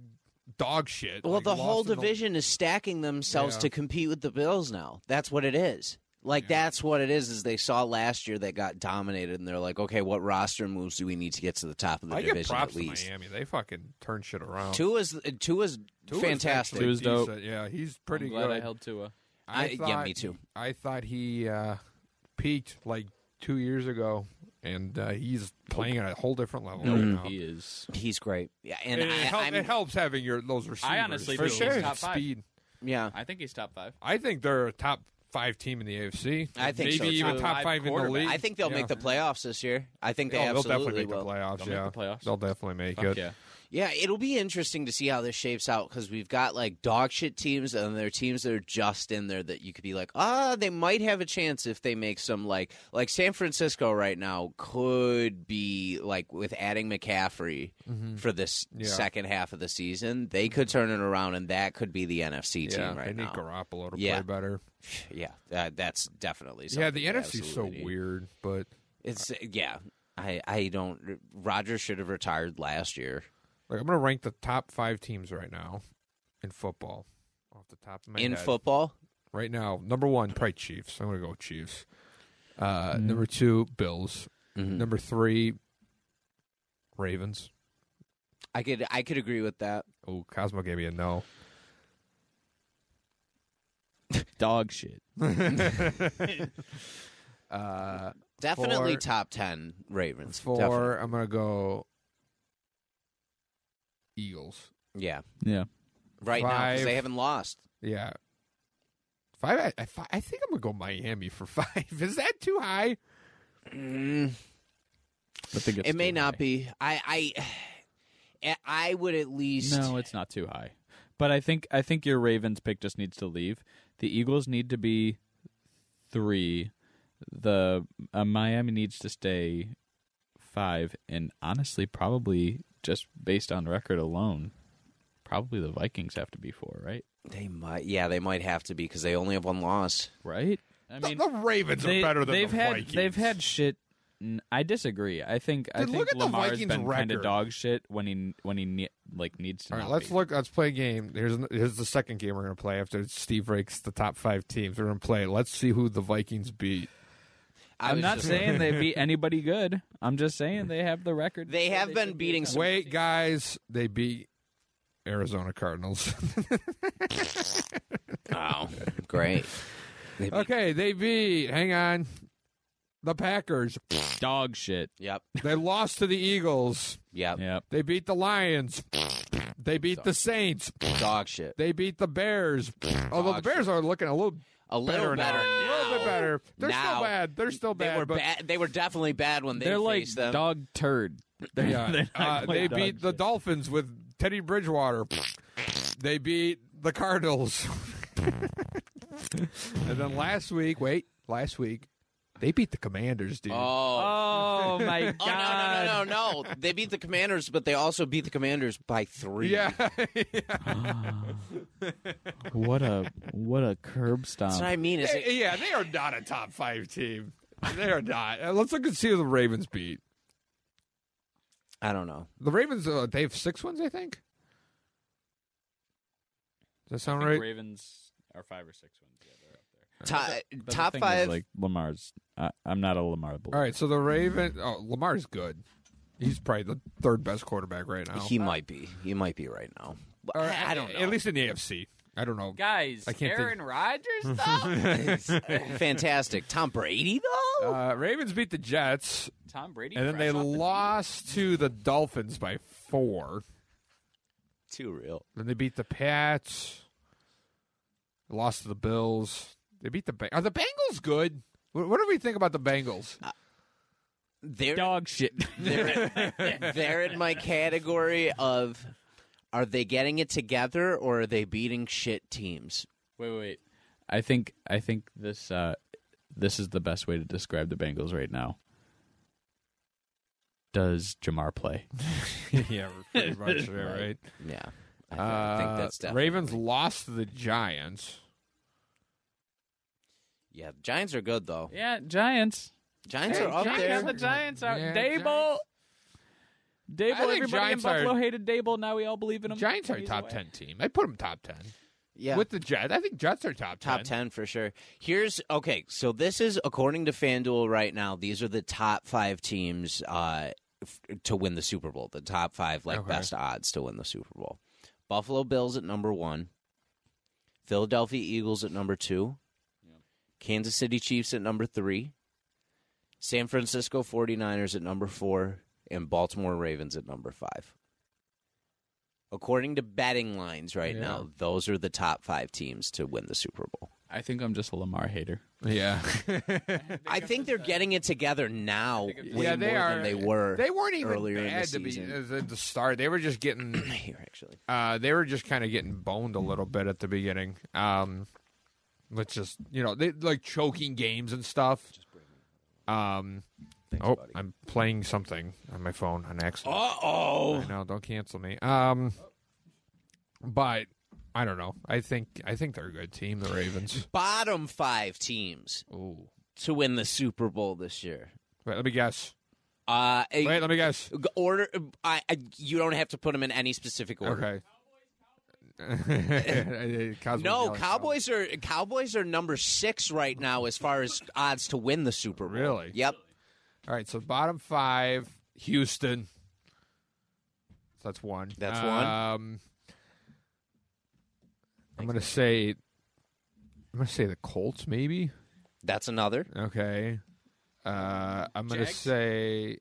C: dog shit.
B: well,
C: like,
B: the
C: lost
B: whole
C: in the-
B: division is stacking themselves
C: Yeah.
B: to compete with the Bills now. That's what it is. Like that's what it is. Is they saw last year they got dominated, and they're like, okay, what roster moves do we need to get to the top of the
C: I
B: division
C: give props
B: at least?
C: to Miami. They fucking turn shit around.
B: Tua's Tua's
C: Tua's
B: fantastic.
C: actually
D: Tua's dope.
C: decent. Yeah, he's pretty
D: I'm glad
C: good.
D: I held Tua.
B: I- yeah, me too.
C: I thought he uh, peaked like two years ago, and uh, he's playing at a whole different level right
B: Mm-hmm.
C: now.
D: He is.
B: He's great. Yeah, and
C: And it,
B: I,
C: help-
B: I'm,
C: it helps having your those receivers.
D: honestly
C: for
D: think he's
C: sure.
D: top five.
C: Speed.
B: yeah.
D: I think he's top five.
C: I think they're a top five team in the AFC.
B: I think
C: maybe
B: so,
C: even
B: too.
C: top
D: Live
C: five in the
D: quarterback.
C: league.
B: I think they'll
C: Yeah.
B: make the playoffs this year. I think they
C: Oh, they'll
B: absolutely
C: definitely make
B: will.
C: the playoffs.
D: They'll
C: yeah,
D: make the playoffs.
C: they'll definitely make
D: Fuck
C: it.
D: yeah.
B: Yeah, it'll be interesting to see how this shapes out because we've got like dog shit teams and there are teams that are just in there that you could be like, ah, they might have a chance if they make some like like San Francisco right now could be like with adding McCaffrey for this
C: Mm-hmm. Yeah. Mm-hmm.
B: second half of the season, they could turn it around and that could be the NFC
C: Yeah,
B: team right
C: they need
B: now.
C: Garoppolo to
B: Yeah.
C: play better.
B: Yeah, uh, that's definitely
C: yeah,
B: something
C: the
B: they
C: NFC's so
B: absolutely need.
C: weird, but
B: It's uh, yeah. I, I don't. Roger should have retired last year.
C: like I'm gonna rank the top five teams right now in football off the top of my
B: in
C: head.
B: football.
C: right now, number one, probably Chiefs. I'm gonna go with Chiefs. Uh, Number two, Bills.
D: Mm-hmm.
B: Mhm.
C: Number three, Ravens.
B: I could I could agree with that.
C: Oh, Cosmo gave me a no.
D: Dog shit.
C: Uh,
B: Definitely
C: Four.
B: top ten Ravens.
C: four,
B: Definitely.
C: I'm gonna go Eagles.
B: Yeah,
D: Yeah.
B: right now because they
C: Five.
B: haven't lost.
C: Yeah. Five. I, I, fi- I think I'm gonna go Miami for five. Is that too high?
B: Mm,
D: But think it's
B: it may
D: too
B: not
D: high.
B: be. I I I would at least.
D: No, it's not too high. But I think I think your Ravens pick just needs to leave. The Eagles need to be three. The uh, Miami needs to stay five, and honestly, probably just based on record alone, probably the Vikings have to be four, right?
B: They might. Yeah, they might have to be because they only have one loss.
D: Right? I mean,
C: the, the Ravens are better than
D: they've
C: the
D: had
C: Vikings.
D: they've had shit. n- I disagree. I think I
C: Dude,
D: think
C: look at the
D: Lamar's
C: Vikings'
D: been kind of
C: record.
D: dog shit when he when he ne- like needs to.
C: All right,
D: not
C: let's
D: be.
C: look. Let's play a game. Here's an, here's the second game we're gonna play after Steve ranks the top five teams. We're gonna play. Let's see who the Vikings beat.
B: I
D: I'm
B: was
D: not
B: just-
D: saying they beat anybody good. I'm just saying they have the record.
B: They have been
D: should
B: beating some-
C: Wait, guys, they beat Arizona Cardinals.
B: Oh, great. They beat-
C: okay, they beat. Hang on. The Packers.
D: dog shit.
B: Yep.
C: They lost to the Eagles.
B: Yep.
D: Yep.
C: They beat the Lions. They beat the Saints.
B: Dog shit.
C: They beat the Bears. Although the Bears are looking a little
B: A little better,
C: A
B: now.
C: little bit better. They're
B: Now.
C: still bad. They're still
B: They
C: bad.
B: were
C: but,
B: bad. They were definitely bad when they
D: They are like
B: faced them.
D: dog turd. They're,
C: Yeah.
D: they're not
C: Uh,
D: quite
C: they
D: dog
C: beat the
D: shit.
C: Dolphins with Teddy Bridgewater. they beat the Cardinals. and then last week, wait, last week, they beat the Commanders, dude.
B: oh.
D: Oh my god!
B: Oh no no no no no! They beat the Commanders, but they also beat the Commanders by three.
C: yeah.
D: What a what a curb stomp!
B: That's what I mean. Is it,
C: yeah, they are not a top five team. They are not. Uh, Let's look and see who the Ravens beat.
B: I don't know.
C: The Ravens, uh, they have six wins, I think. Does that sound right?
D: Ravens are five or six wins. Yeah, they're up there.
B: Top, top five.
D: like Lamar's. I, I'm not a Lamar.
C: All right, so the Raven. Oh, Lamar's good. He's probably the third best quarterback right now.
B: he might be. He might be right now.
C: Or,
B: I, I don't know.
C: At least in the AFC. I don't know.
D: guys.
C: I can't Aaron
D: Rodgers.
B: fantastic. Tom Brady though.
C: Uh, Ravens beat the Jets,
D: Tom Brady.
C: and then they lost to the Dolphins by four.
B: Too real.
C: Then they beat the Pats. Lost to the Bills. They beat the ba- are the Bengals good? What, what do we think about the Bengals?
B: They're
D: dog shit.
B: they're, they're in my category of are they getting it together or are they beating shit teams?
D: Wait, wait, wait. I think I think this uh, this is the best way to describe the Bengals right now. Does Jamar play?
C: yeah, we're pretty much there, right?
B: Yeah. I, th- I think
C: Uh,
B: that's definitely.
C: Ravens lost to the Giants.
B: Yeah, the Giants are good though.
D: Yeah, Giants.
B: Giants
C: Hey,
B: are up
C: Giants
B: there.
C: are the-
D: Giants
C: Yeah,
D: Dable. Dable.
C: I think
D: Everybody
C: Giants
D: in
C: are-
D: Buffalo hated Dable. Now we all believe in him.
C: Giants are a
D: He's
C: top
D: away.
C: ten team. I put them top ten
B: yeah.
C: with the Jets. I think Jets are top
B: Top 10 for sure. Here's okay, so this is according to FanDuel right now, these are the top 5 teams uh f- to win the Super Bowl, the top 5 like
C: Okay.
B: best odds to win the Super Bowl. Buffalo Bills at number 1, Philadelphia Eagles at number 2, Kansas City Chiefs at number 3, San Francisco 49ers at number 4, and Baltimore Ravens at number 5. According to betting lines right
C: Yeah.
B: now, those are the top five teams to win the Super Bowl.
D: I think I'm just a Lamar hater.
C: Yeah,
B: I think they're getting it together now way
C: yeah, they
B: more
C: are.
B: than they were.
C: They weren't even
B: earlier in the
C: bad to be
B: season.
C: as at the start. They were just getting.
B: here actually.
C: Uh, they were just kind of getting boned a little bit at the beginning. Um, let's just you know they like choking games and stuff. Um, oh, I'm playing something on my phone on accident.
B: oh.
C: I know, don't cancel me. Um, but I don't know. I think I think they're a good team, the Ravens.
B: Bottom five teams
C: Ooh,
B: to win the Super Bowl this year.
C: wait, let me guess.
B: Uh, a-
C: Wait, let me guess.
B: g- order. I, I, you don't have to put them in any specific order.
C: Okay. Cowboys
B: No, Cowboys are Cowboys are number six right now as far as odds to win the Super Bowl.
C: Really?
B: Yep.
C: All right, so bottom five, Houston. So that's one.
B: That's
C: um,
B: one.
C: I'm gonna say. I'm gonna say the Colts, maybe.
B: That's another.
C: Okay. Uh, I'm gonna
D: Jags?
C: say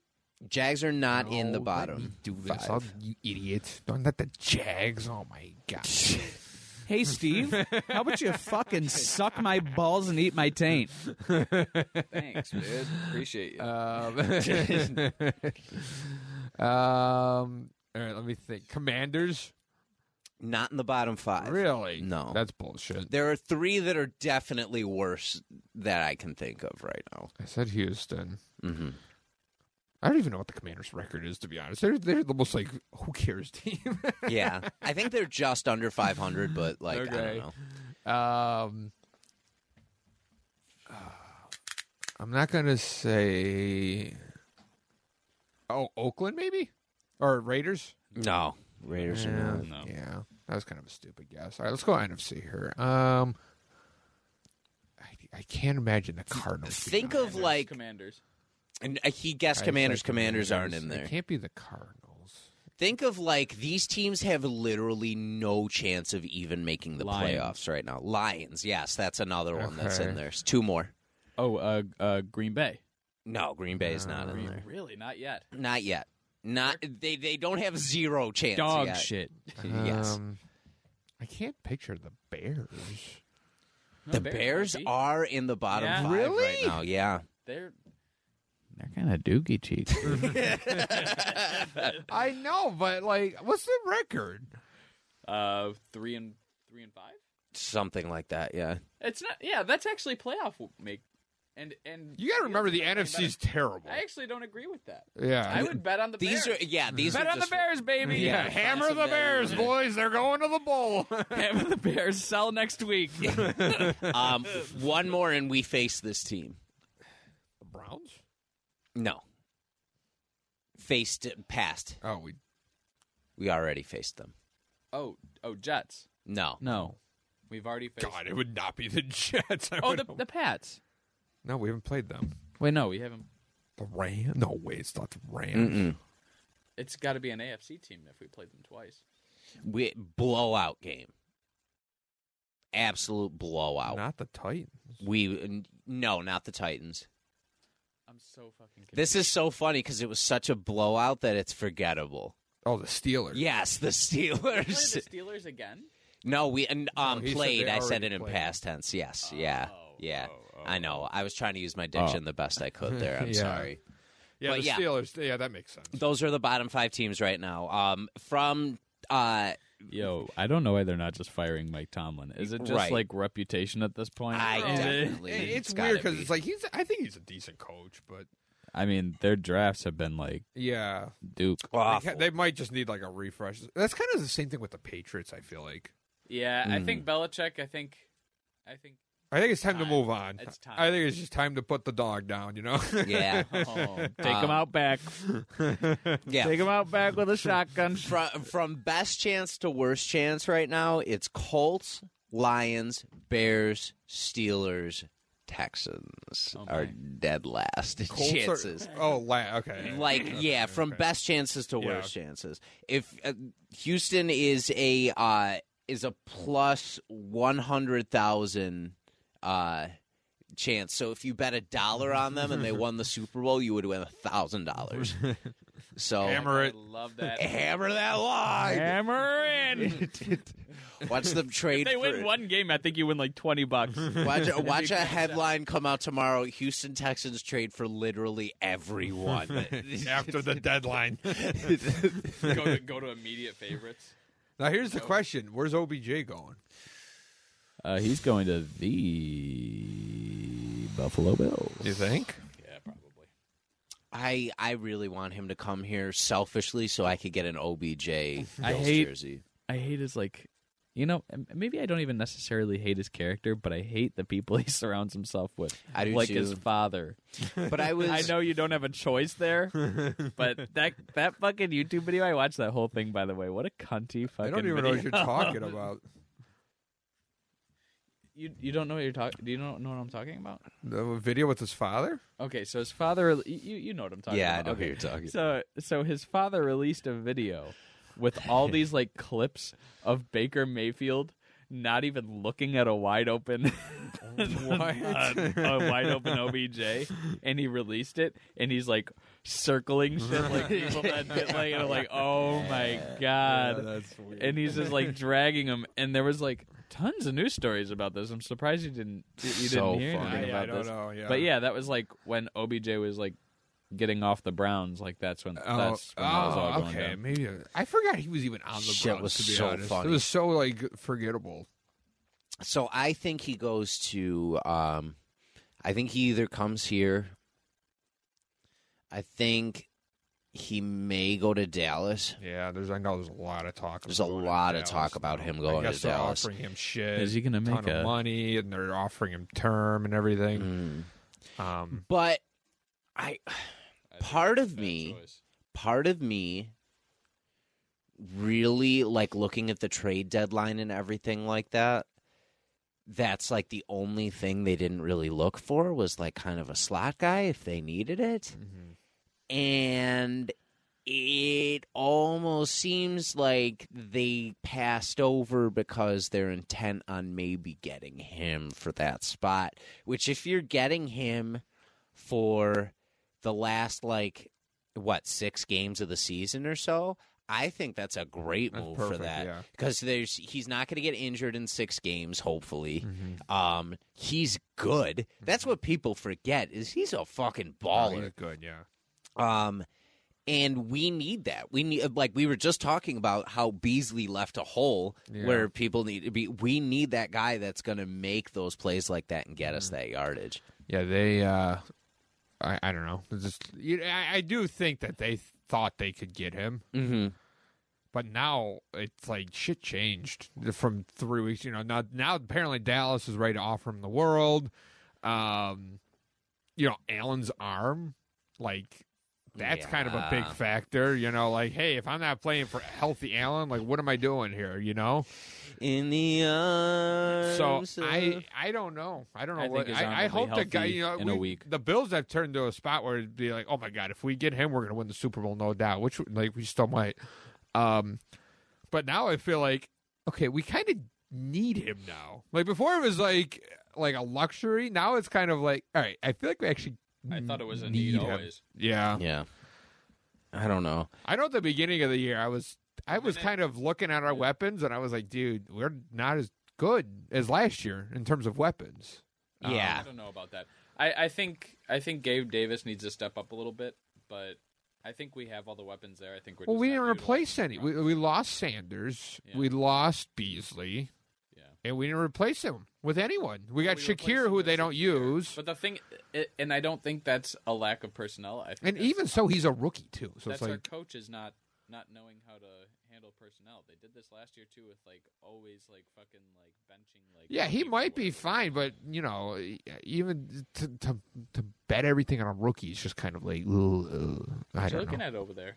B: Jags are not in the
C: No, let
B: bottom.
C: me Do this,
B: five.
C: I'll- you idiot! Don't let the Jags. Oh my god.
E: Hey, Steve, how about you fucking suck my balls and eat my taint?
D: Thanks, dude. Appreciate you.
C: Um, um, all right, let me think. Commanders,
B: Not in the bottom five.
C: really?
B: No.
C: that's bullshit.
B: There are three that are definitely worse that I can think of right now.
C: I said Houston.
B: Mhm.
C: I don't even know what the Commanders' record is, to be honest. They're they're the most like who cares team.
B: Yeah, I think they're just under 500, but like I don't
C: Okay.
B: know.
C: um, uh, I'm not gonna say. Oh, Oakland maybe, or Raiders.
B: No, Raiders are
C: Yeah,
B: not.
D: No.
C: yeah, that was kind of a stupid guess. All right, let's go NFC here. Um, I, I can't imagine the Cardinals. being
B: Think
C: on
B: of like,
D: Commanders.
B: and uh, he guessed
C: that.
B: commanders.
C: It's like the
B: Commanders aren't in
C: It
B: there.
C: can't be the Cardinals.
B: Think of like these teams have literally no chance of even making the
D: Lions.
B: playoffs right now. Lions, yes, that's another one that's in
C: Okay.
B: there. It's two more.
D: Oh, uh, uh, Green Bay.
B: No, Green Bay is not in
D: Green,
B: there.
D: really? Not yet.
B: Not yet. Not they. They don't have zero chance.
D: Dog
B: yet.
D: shit.
B: Yes.
C: Um, I can't picture the Bears.
D: No,
B: the
D: Bears
B: Bears
D: might be.
B: are in the bottom
D: Yeah.
B: five right now. Yeah.
D: They're
E: They're kind of doogie cheeks.
C: I know, but like, what's the record?
D: uh three and three and five.
B: Something like that. Yeah.
D: It's not. Yeah, that's actually playoff w- make. And and
C: You got to remember the NFC's terrible.
D: I actually don't agree with that.
C: Yeah,
D: I would bet on the
B: These
D: Bears.
B: are. Yeah. These
D: bet
B: are
D: on the
B: just-
D: Bears, baby.
C: Yeah,
B: Yeah,
C: hammer the Bears, boys. They're going to the bowl.
D: Hammer the Bears. Sell next week.
B: Um, one more, and we face this team.
C: Browns?
B: No. Faced past.
C: Oh, we
B: We already faced them.
D: oh, oh, Jets.
B: No.
D: No, we've already faced.
C: God, it would not be the Jets. I
D: Oh,
C: would
D: the, the Pats.
C: no, we haven't played them.
D: Wait, no, we haven't.
C: The Rams? No way, it's not the Rams.
B: Mm-mm.
D: It's got to be an AFC team if we played them twice.
B: we, blowout game. Absolute blowout.
C: Not the Titans.
B: we n- no, not the Titans.
D: I'm so fucking. Confused.
B: This is so funny because it was such a blowout that it's forgettable.
C: Oh, the Steelers.
B: Yes, the
D: Play the
B: Steelers.
D: Steelers again.
B: No, we and, um
C: No, he said
B: played.
C: they
B: I said
C: already
B: it in
C: played. Oh,
B: past tense. Yes, yeah, yeah. I know. I was trying to use my diction the best I could there. I'm
C: Yeah.
B: sorry.
C: yeah,
B: but
C: the
B: yeah.
C: Steelers. Yeah, that makes sense.
B: Those are the bottom five teams right now. Um, from uh,
D: Yo, I don't know why they're not just firing Mike Tomlin. Is it just
B: Right.
D: like reputation at this point?
B: I
D: Is it-
B: definitely.
C: Oh, It- it's
B: gotta
C: weird because
B: be.
C: it's like he's. I think he's a decent coach, but
D: I mean, their drafts have been like
C: yeah,
D: Duke.
C: they,
B: awful.
C: ca- they might just need like a refresh. That's kind of the same thing with the Patriots. I feel like.
D: Yeah, I think Belichick. I think, I think.
C: I think it's time, to
D: Time.
C: move on.
D: It's time.
C: I think it's just time to put the dog down. You know.
B: yeah,
D: take him out back.
B: yeah.
D: Take him out back with a shotgun.
B: from from best chance to worst chance right now, it's Colts, Lions, Bears, Steelers, Texans
D: Oh, my.
B: are dead last
C: Colts are-
B: chances.
C: oh, la- okay.
B: Like
C: Okay,
B: yeah, from
C: okay.
B: best chances to
C: Yeah.
B: worst chances. If uh, Houston is a uh, is a plus one hundred thousand uh, chance, so if you bet a dollar on them and they won the Super Bowl, you would win a thousand dollars. So
C: Hammer it.
D: Love that.
B: hammer that line.
D: Hammer in.
B: Watch them trade.
D: they
B: for,
D: win one game. I think you win like twenty bucks.
B: Watch, watch a headline come out tomorrow: Houston Texans trade for literally everyone.
C: After the deadline.
D: go, to, go to immediate favorites.
C: now here's the question: Where's OBJ going?
D: Uh, he's going to the Buffalo Bills.
C: You think?
D: Yeah, probably.
B: I I really want him to come here selfishly so I could get an OBJ
D: I
B: Bills
D: hate-
B: jersey.
D: I hate his like, you know, m- maybe I don't even necessarily hate his character, but I hate the people he surrounds himself with,
B: I do
D: like
B: too.
D: his father.
B: But I was
D: I know you don't have a choice there, but that that fucking YouTube video I watched that whole thing by the way. What a cunty
C: I
D: fucking.
C: don't even know what
D: video.
C: you're talking about.
D: You you don't know what you're talking. Do you don't know what I'm talking about?
C: The video with his father.
D: Okay, so his father. You you know what I'm talking
B: Yeah, I
D: about.
B: know
D: okay.
B: who you're talking
D: So so his father released a video with all these like clips of Baker Mayfield not even looking at a wide open a, a wide open OBJ and he released it and he's like circling shit like people that did like and I'm like oh my god and he's just like dragging him and there was like tons of news stories about this I'm surprised you didn't you didn't
B: So
D: hear
B: funny.
D: anything
C: I,
D: about
C: I don't
D: this
C: know. Yeah.
D: but yeah, that was like when OBJ was like getting off the Browns. Like that's when
C: Oh,
D: that's when that was
C: oh,
D: all going
C: okay.
D: down.
C: Maybe I forgot he was even on the
B: Shit
C: Browns,
B: was
C: to be
B: so
C: honest.
B: funny.
C: It was so like forgettable.
B: so I think he goes to. Um, I think he either comes here. I think he may go to Dallas.
C: Yeah, there's I know there's a lot of talk.
B: There's a
C: about
B: lot of
C: Dallas
B: talk about
C: now.
B: him going
C: I guess
B: to
C: they're
B: Dallas.
C: offering him shit.
D: Is he gonna
C: ton
D: make
C: of
D: a-
C: money? And they're offering him term and everything.
B: Mm.
C: Um,
B: But I part of me part of me really like looking at the trade deadline and everything like that that's like the only thing they didn't really look for was like kind of a slot guy if they needed it.
C: mm-hmm.
B: And it almost seems like they passed over because they're intent on maybe getting him for that spot, which if you're getting him for the last like what, 6 games of the season or so, I think that's a great
C: That's
B: move
C: perfect,
B: for that
C: yeah.
B: because there's he's not going to get injured in six games. Hopefully,
C: Mm-hmm.
B: um, he's good. That's what people forget is he's a fucking
C: Oh,
B: baller.
C: he's good, yeah.
B: Um, and we need that. We need like we were just talking about how Beasley left a hole
C: Yeah.
B: where people need to be. We need that guy that's going to make those plays like that and get us that yardage.
C: Yeah, they. Uh, I I don't know. It's Just you, I, I do think that they thought they could get him,
B: Mm-hmm.
C: but now it's like shit changed from three weeks. You know, now now apparently Dallas is ready to offer him the world. Um, you know, Allen's arm, like that's kind of a big
B: Yeah.
C: factor. You know, like hey, if I'm not playing for healthy Allen, like what am I doing here? You know.
B: In the
C: So
B: arms.
C: I
B: of-
C: I don't know. I don't know
D: I
C: what
D: think his arm
C: I, I
D: will be
C: hope the guy
D: healthy
C: you know
D: in a
C: we-
D: week.
C: The Bills have turned to a spot where it'd be like, oh my god, if we get him, we're gonna win the Super Bowl, no doubt. Which like we still might. Um but now I feel like okay, we kind of need him now. Like before it was like like a luxury. Now it's kind of like all right, I feel like we actually
D: I thought it was a
C: need
D: need,
C: him.
D: always.
C: Yeah.
B: yeah. I don't know.
C: I know at the beginning of the year I was I was kind of looking at our weapons and I was like, dude, we're not as good as last year in terms of weapons. Um,
B: Yeah.
D: I don't know about that. I, I think I think Gabe Davis needs to step up a little bit, but I think we have all the weapons there. I think we're
C: Well,
D: just
C: we
D: not
C: didn't replace
D: utilizing
C: any.
D: them
C: We, we lost Sanders.
D: Yeah.
C: We lost Beasley.
D: Yeah.
C: And we didn't replace him with anyone. We got
D: we
C: Shakir,
D: replaced
C: who
D: him
C: they
D: with
C: don't
D: Shakir.
C: use.
D: But the thing, i- and I don't think that's a lack of personnel. I think
C: And
D: that's-
C: even so, he's a rookie, too. So
D: that's
C: it's like,
D: our coaches not not knowing how to handle personnel. They did this last year too with like always like fucking like benching like.
C: yeah, he
D: people
C: might
D: or-
C: be fine, but, you know, even to, to, to bet everything on a rookie is just kind of like, ooh, ooh, I
D: What you
C: don't
D: looking
C: know.
D: at over there?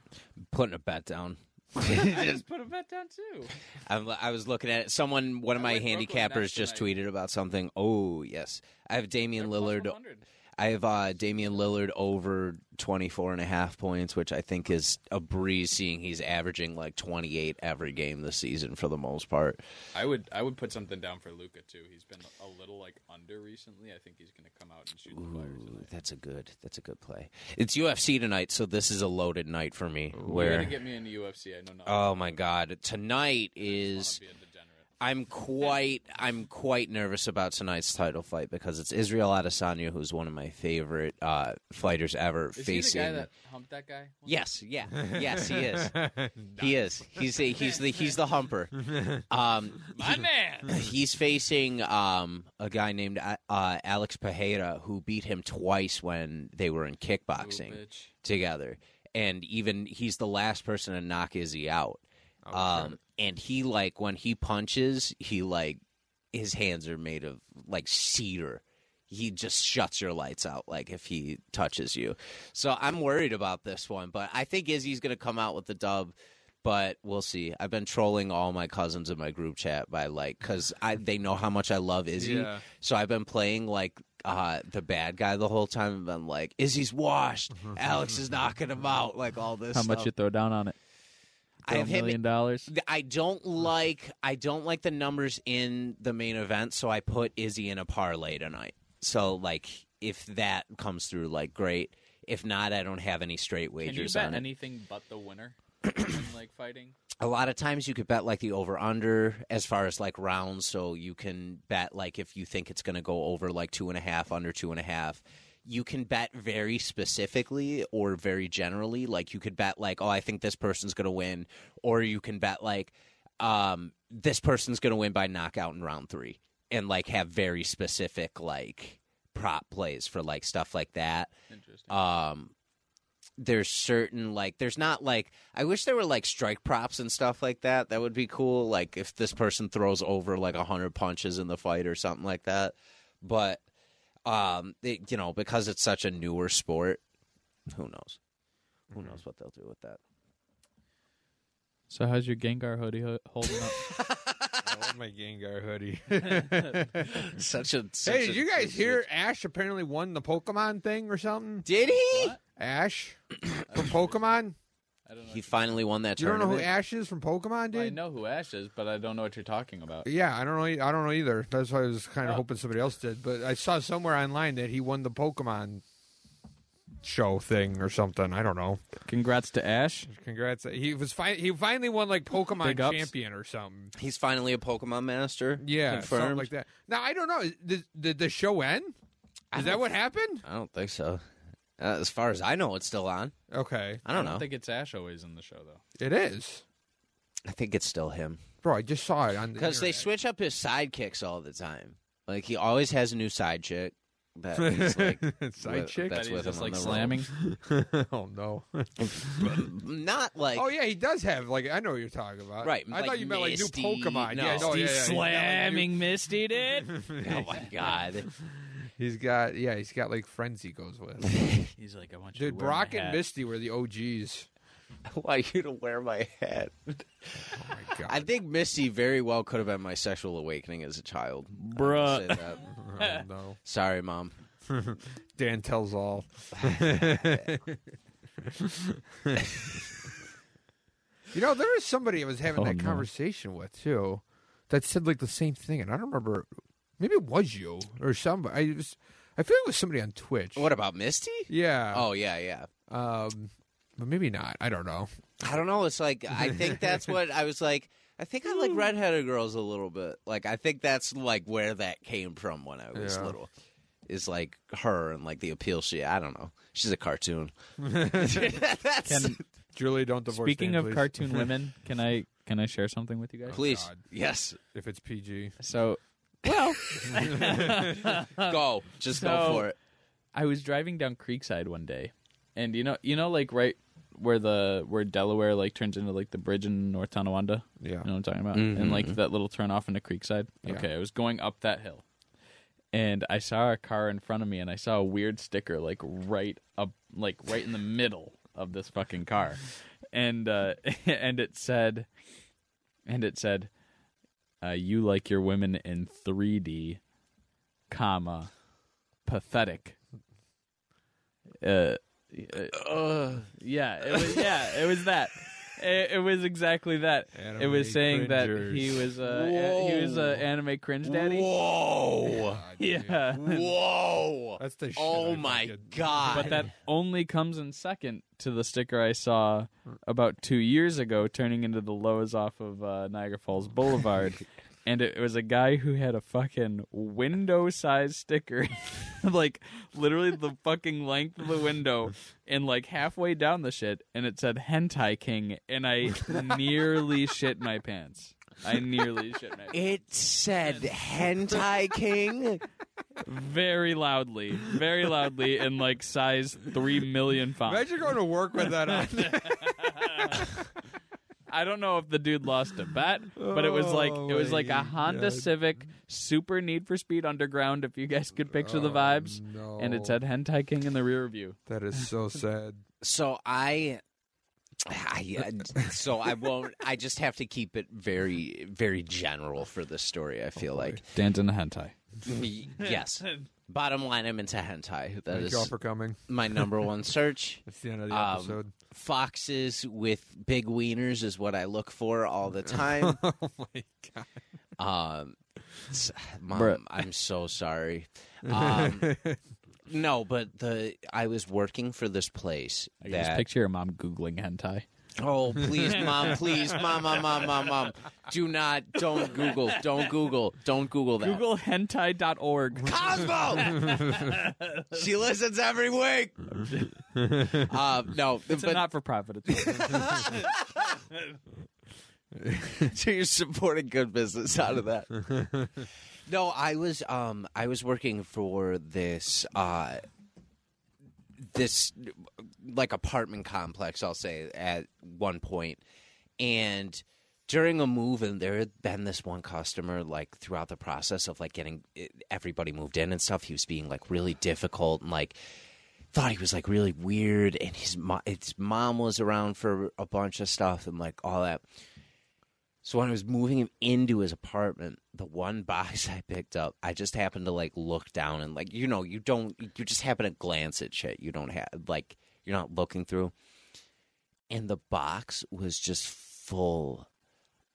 B: Putting a bet down.
D: I just put a bet down too.
B: I'm, I was looking at it. someone. One of
D: I
B: my
D: like Brooklyn
B: handicappers
D: Nets
B: just
D: tonight.
B: tweeted about something. Oh yes, I have Damian
D: They're plus
B: Lillard.
D: 100.
B: I have uh, Damian Lillard over 24 and a half points, which I think is a breeze, seeing he's averaging like 28 every game this season for the most part.
D: I would I would put something down for Luca too. He's been a little like under recently. I think he's going to come out and shoot the fire
B: Ooh,
D: tonight.
B: that's a good. That's a good play. It's UFC tonight, so this is a loaded night for me.
D: You're going
B: Where.
D: to get me into UFC. I know not.
B: Oh my God! Tonight is
D: be a degenerate.
B: I'm quite I'm quite nervous about tonight's title fight because it's Israel Adesanya, who's one of my favorite uh, fighters ever.
D: Is he the
B: facing
D: guy that humped that guy?
B: yes, yeah, yes, he is. He is. He's a, he's the he's the humper. Um,
D: My man.
B: he's facing um, a guy named uh, Alex Pereira who beat him twice when they were in kickboxing
D: Little bitch.
B: together. And even he's the last person to knock Izzy out. um, and he like when he punches, he like his hands are made of like cedar. He just shuts your lights out like if he touches you. So I'm worried about this one, but I think Izzy's gonna come out with the dub. But we'll see. I've been trolling all my cousins in my group chat by like because I they know how much I love Izzy.
C: Yeah.
B: So I've been playing like uh, the bad guy the whole time and been like, Izzy's washed. Alex is knocking him out. Like all this.
E: How much
B: stuff.
E: you throw down on it?
B: I
E: Throw a
B: have hit me-
E: million dollars.
B: I don't like I don't like the numbers in the main event, so I put Izzy in a parlay tonight. So like if that comes through, like great. If not, I don't have any straight
D: Can you
B: wagers
D: bet
B: on it.
D: anything but the winner? in, like fighting.
B: a lot of times you could bet like the over under as far as like rounds, so you can bet like if you think it's gonna go over like two and a half, under two and a half. You can bet very specifically or very generally. Like you could bet like, oh, I think this person's gonna win, or you can bet like um, this person's going to win by knockout in round three and like have very specific like prop plays for like stuff like that.
D: Interesting.
B: Um, there's certain like there's not like I wish there were like strike props and stuff like that. That would be cool. Like if this person throws over like a hundred punches in the fight or something like that. But um, it, you know, because it's such a newer sport, who knows? Who knows what they'll do with that?
D: So how's your Gengar hoodie holding up?
C: Hold my Gengar hoodie.
B: Such a. Such
C: hey,
B: a-
C: did you guys hear Ash apparently won the Pokemon thing or something?
B: Did he?
C: Ash from Pokemon?
D: I don't know.
B: He finally won that
C: You don't know
B: tournament.
C: who Ash is from Pokemon,
D: Well, I
C: dude?
D: know who Ash is, but I don't know what you're talking about.
C: Yeah, I don't know. I don't know either. That's why I was kind of
D: Oh.
C: hoping somebody else did. But I saw somewhere online that he won the Pokemon show thing or something. I don't know.
E: Congrats to Ash.
C: Congrats! He was fi- he finally won like Pokemon
E: Big ups.
C: champion or something.
B: He's finally a Pokemon master.
C: Yeah, something
B: Confirmed?
C: like that. Now I don't know. Is- Did, did the show end? Is that what happened?
B: I don't think so. Uh, as far as I know, it's still on.
C: Okay,
B: I don't
D: I
B: know.
D: don't think it's Ash always in the show though.
C: it is,
B: I think it's still him
C: bro. I just saw it on the
B: because they
C: internet.
B: switch up his sidekicks all the time. Like he always has a new side chick. That he's like
C: side
B: with-
C: chick.
B: That's
D: That
B: with
D: he's just
B: him on
D: like
B: the road.
D: slamming.
C: oh no!
B: not like
C: oh yeah, he does have like I know what you're talking about.
B: Right,
C: I thought
B: like
C: you meant like new
B: Misty-
C: Pokemon.
B: no.
C: Yeah,
D: Oh,
C: no, yeah, yeah, he's got, like, new-
E: Slamming Misty did.
B: oh my god.
C: He's got yeah, he's got like friends he goes with.
D: He's like, I want you.
C: Dude,
D: to wear my
C: Brock and
D: hat.
C: Misty were the OGs.
B: I want you to wear my hat.
C: Oh my god.
B: I think Misty very well could have been my sexual awakening as a child. I will
D: Bruh.
B: say that.
C: oh, no.
B: Sorry, mom.
C: Dan tells all. you know, there was somebody I was having
D: Oh,
C: that
D: no.
C: conversation with too, that said like the same thing, and I don't remember. Maybe it was you or somebody. I was, I feel like it was somebody on Twitch.
B: What about Misty?
C: Yeah.
B: Oh yeah, yeah.
C: Um, but maybe not. I don't know.
B: I don't know. It's like I think that's what I was like. I think I like redheaded girls a little bit. Like I think that's like where that came from when I was
C: Yeah.
B: little. Is like her and like the appeal she. I don't know. She's a cartoon. that's,
D: Can-
C: Julie, don't divorce.
D: Speaking
C: Dan,
D: of
C: please.
D: cartoon women, can I can I share something with you guys?
B: please,
C: God.
B: yes,
C: if it's PG,
D: So, well,
B: go. Just go
D: So-
B: for it.
D: I was driving down Creekside one day, and you know, you know, like right where the where Delaware like turns into like the bridge in North Tonawanda.
C: yeah. Mm-hmm,
D: You know what I'm talking about? And like that little turn off into Creekside.
C: Yeah.
D: Okay, I was going up that hill. And I saw a car in front of me and I saw a weird sticker like right up like right in the middle of this fucking car. And uh and it said and it said uh, you like your women in 3D comma pathetic. Uh, uh, yeah, it was yeah, it was that. It, it was exactly that. it was
C: Anime
D: saying
C: cringers.
D: that he was a he was a anime cringe daddy.
B: Whoa,
D: Yeah.
B: whoa.
C: That's the. Shit
B: oh
C: I
B: my
C: fucking-
B: god.
D: But that only comes in second to the sticker I saw about two years ago, turning into the Lowe's off of uh, Niagara Falls Boulevard. And it was a guy who had a fucking window size sticker, like literally the fucking length of the window, and like halfway down the shit, and it said Hentai King, and I nearly shit my pants. I nearly shit my pants.
B: it said hentai king.
D: Very loudly, very loudly, in like size 3 million font.
C: Imagine going to work with that on.
D: I don't know if the dude lost a bet, but it was like it was like
C: Oh,
D: a Honda
C: yeah.
D: Civic Super Need for Speed Underground. If you guys could picture the vibes,
C: no.
D: and it said Hentai King in the rear view.
C: Oh, That is so sad.
B: So I, I uh, so I won't. I just have to keep it very, very general for this story. I feel like
D: Dan's in a hentai.
B: yes. Bottom line, I'm into hentai. That
C: Thank y'all
B: is
C: for coming.
B: my number one search.
C: That's the end of the
B: Um,
C: episode.
B: Foxes with big wieners is what I look for all the time.
C: Oh my god!
B: Um, s- Mom,
D: Bruh.
B: I'm so sorry. Um, no, but the I was working for this place
D: I can just
B: that
D: picture your mom googling hentai.
B: Oh, please, mom, please, mom, mom, mom, mom, mom. Do not, don't Google, don't Google, don't Google that.
D: Google hentai.org.
B: Cosmo! she listens every week. Uh, no,
D: It's
B: but
D: not for profit.
B: so you're supporting good business out of that. no, I was um I was working for this uh this like apartment complex I'll say at one point and during a move and there had been this one customer like throughout the process of like getting eh, everybody moved in and stuff he was being like really difficult and like thought he was like really weird and his mo- his mom was around for a bunch of stuff and like all that So when I was moving him into his apartment, the one box I picked up, I just happened to like look down and like you know you don't you just happen to glance at shit. You don't have like you're not looking through, and the box was just full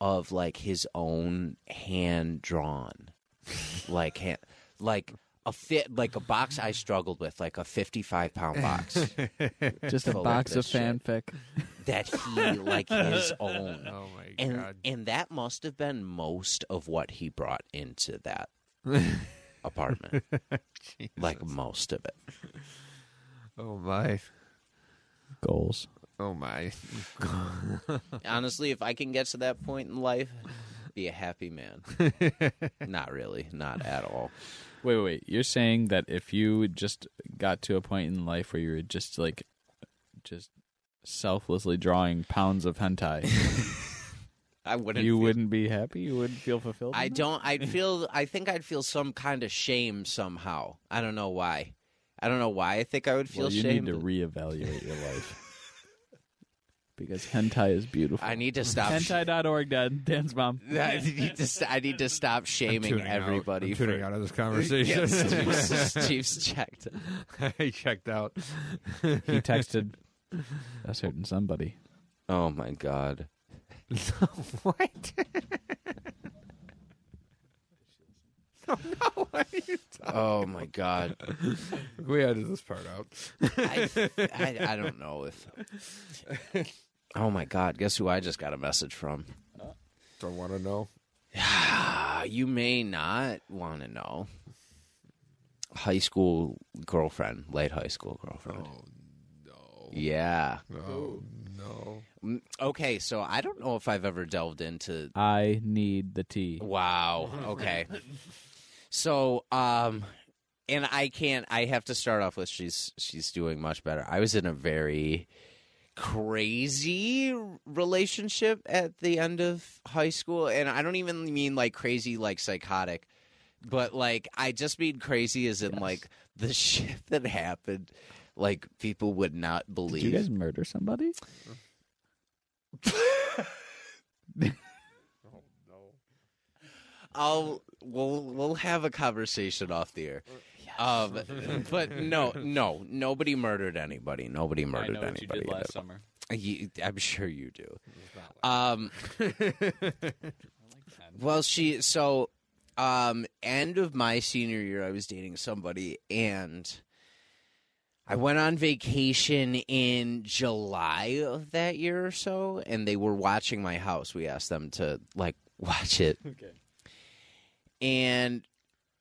B: of like his own hand drawn, like hand like a fit like a box I struggled with like a fifty five pound box
E: Just a
B: Full of
E: box of
B: this shit.
E: fanfic.
B: that he like his own
C: Oh my
B: and
C: god.
B: and that must have been most of what he brought into that apartment like most of it
C: oh my.
E: Goals.
C: Oh my.
B: honestly if i can get to that point in life be a happy man not really not at all
D: Wait, wait, wait. You're saying that if you just got to a point in life where you were just like, just selflessly drawing pounds of hentai,
B: i wouldn't
D: you
B: feel-
D: wouldn't be happy. You wouldn't feel fulfilled.
B: i
D: in that?
B: don't i'd feel i think i'd feel some kind of shame somehow i don't know why i don't know why i think i would feel
D: Well, you
B: shame
D: need to reevaluate your life because hentai is beautiful.
B: i need to stop
D: hentai.org, Dad. Dan's mom.
B: I need to, st- I need to stop shaming
C: Tuning out.
B: everybody
C: I'm tuning
B: for
C: out of this conversation.
B: Yes, Chiefs, Chiefs checked.
C: I checked out.
D: He texted us hurting somebody.
B: Oh my god.
C: what?
B: Oh my god.
C: We edited this part out.
B: I, I, I don't know if. Oh my god! Guess who I just got a message from?
C: Don't want to know.
B: Ah, you may not want to know. High school girlfriend, late high school girlfriend. Oh no. Yeah.
C: Oh no.
B: Mm, Okay, so I don't know if I've ever delved into
D: I need the tea.
B: Wow. Okay. so, um, and I can't. I have to start off with she's she's doing much better. I was in a very crazy relationship at the end of high school, and I don't even mean like crazy, like psychotic, but like I just mean crazy as in like the shit that happened. Like people would not
D: Did
B: believe.
D: you guys murder somebody?
B: I'll we'll we'll have a conversation off the air. Um, but no, no, nobody murdered anybody. Nobody
D: I
B: murdered
D: know what you
B: anybody.
D: did last summer.
B: You- I'm sure you do. Um, well, she so um, end of my senior year, I was dating somebody, and I went on vacation in July of that year or so, and they were watching my house. We asked them to like watch it,
D: Okay.
B: and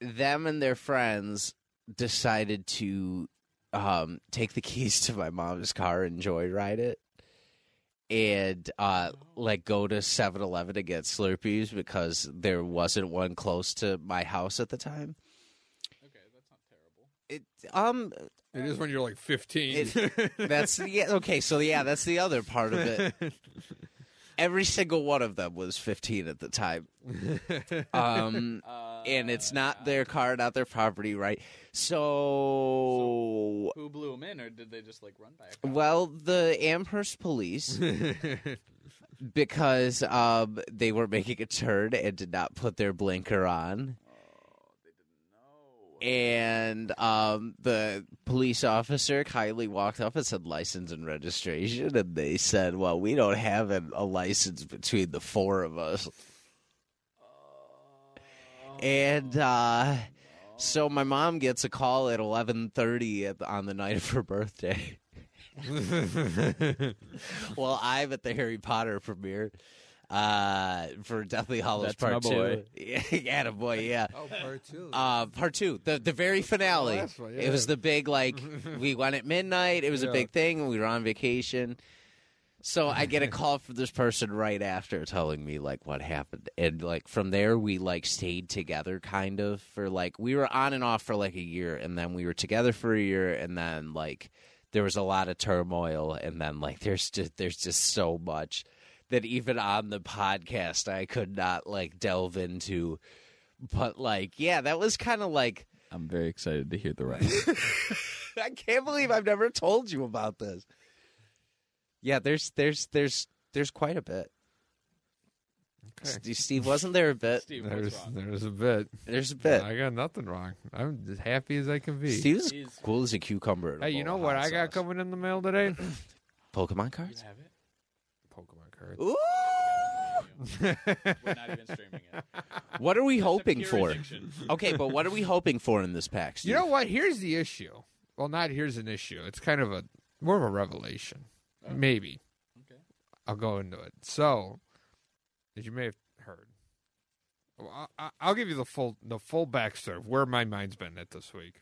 B: them and their friends decided to um, take the keys to my mom's car and joyride it and uh, like go to 7-Eleven to get Slurpees because there wasn't one close to my house at the time. Okay, that's not terrible. It um
C: It is when you're like 15.
B: that's yeah. Okay, so yeah, that's the other part of it. Every single one of them was 15 at the time. Um,
D: Uh,
B: and it's not their car, not their property, right? So,
D: Who blew them in, or did they just like run by? A
B: well, the Amherst police, because um, they were making a turn and did not put their blinker on. And um, the police officer kindly walked up and said license and registration, and they said, "Well, we don't have an, a license between the four of us." And uh, so my mom gets a call at eleven thirty on the night of her birthday. well, I'm at the Harry Potter premiere uh, for Deathly Hollows
D: That's my
B: Part
D: boy.
B: Two. Yeah, boy, yeah.
C: oh, part two.
B: Uh, part two, the the very finale.
C: last one,
B: It was
C: yeah.
B: the big like we went at midnight. It was
C: Yeah.
B: a big thing. We were on vacation, so I get a call from this person right after telling me like what happened, and like from there we like stayed together kind of for like we were on and off for like a year, and then we were together for a year, and then like there was a lot of turmoil, and then like there's just there's just so much that even on the podcast I could not like delve into. But like, yeah, that was kind of like
D: I'm very excited to hear the rest.
B: I can't believe I've never told you about this. Yeah, there's there's there's there's quite a bit. Steve, Steve wasn't there a bit?
D: Steve, what's
C: There's,
D: wrong?
C: there's a bit.
B: There's a bit.
C: I got nothing wrong. I'm as happy as I can be.
B: Steve's
D: He's-
B: cool as a cucumber. in a
C: hey, you
B: bowl
C: know
B: of
C: what
B: oh, hot
C: I got
B: sauce.
C: coming in the mail today?
B: Pokemon
D: You
B: cards.
D: have it?
C: Pokemon cards.
B: Ooh!
D: We're not even streaming it.
B: What are we hoping
D: Pure
B: for?
D: addiction.
B: Okay, but what are we hoping for in this pack? Steve?
C: You know what? Here's the issue. Well, not here's an issue. It's kind of a more of a revelation. Maybe.
D: Okay.
C: I'll go into it. So, as you may have heard, well, I- I- I'll give you the full the full backstory of where my mind's been at this week.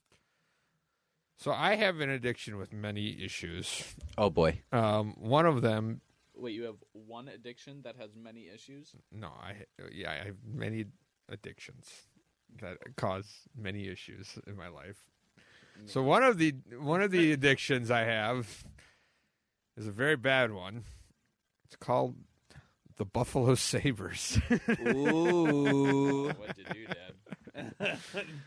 C: So I have an addiction with many issues.
B: Oh boy.
C: Um, one of them
D: Wait, you have one addiction that has many issues?
C: no i yeah i have many addictions that cause many issues in my life so one of the one of the addictions i have is a very bad one it's called the buffalo sabers
B: Ooh.
D: What did you, Dad?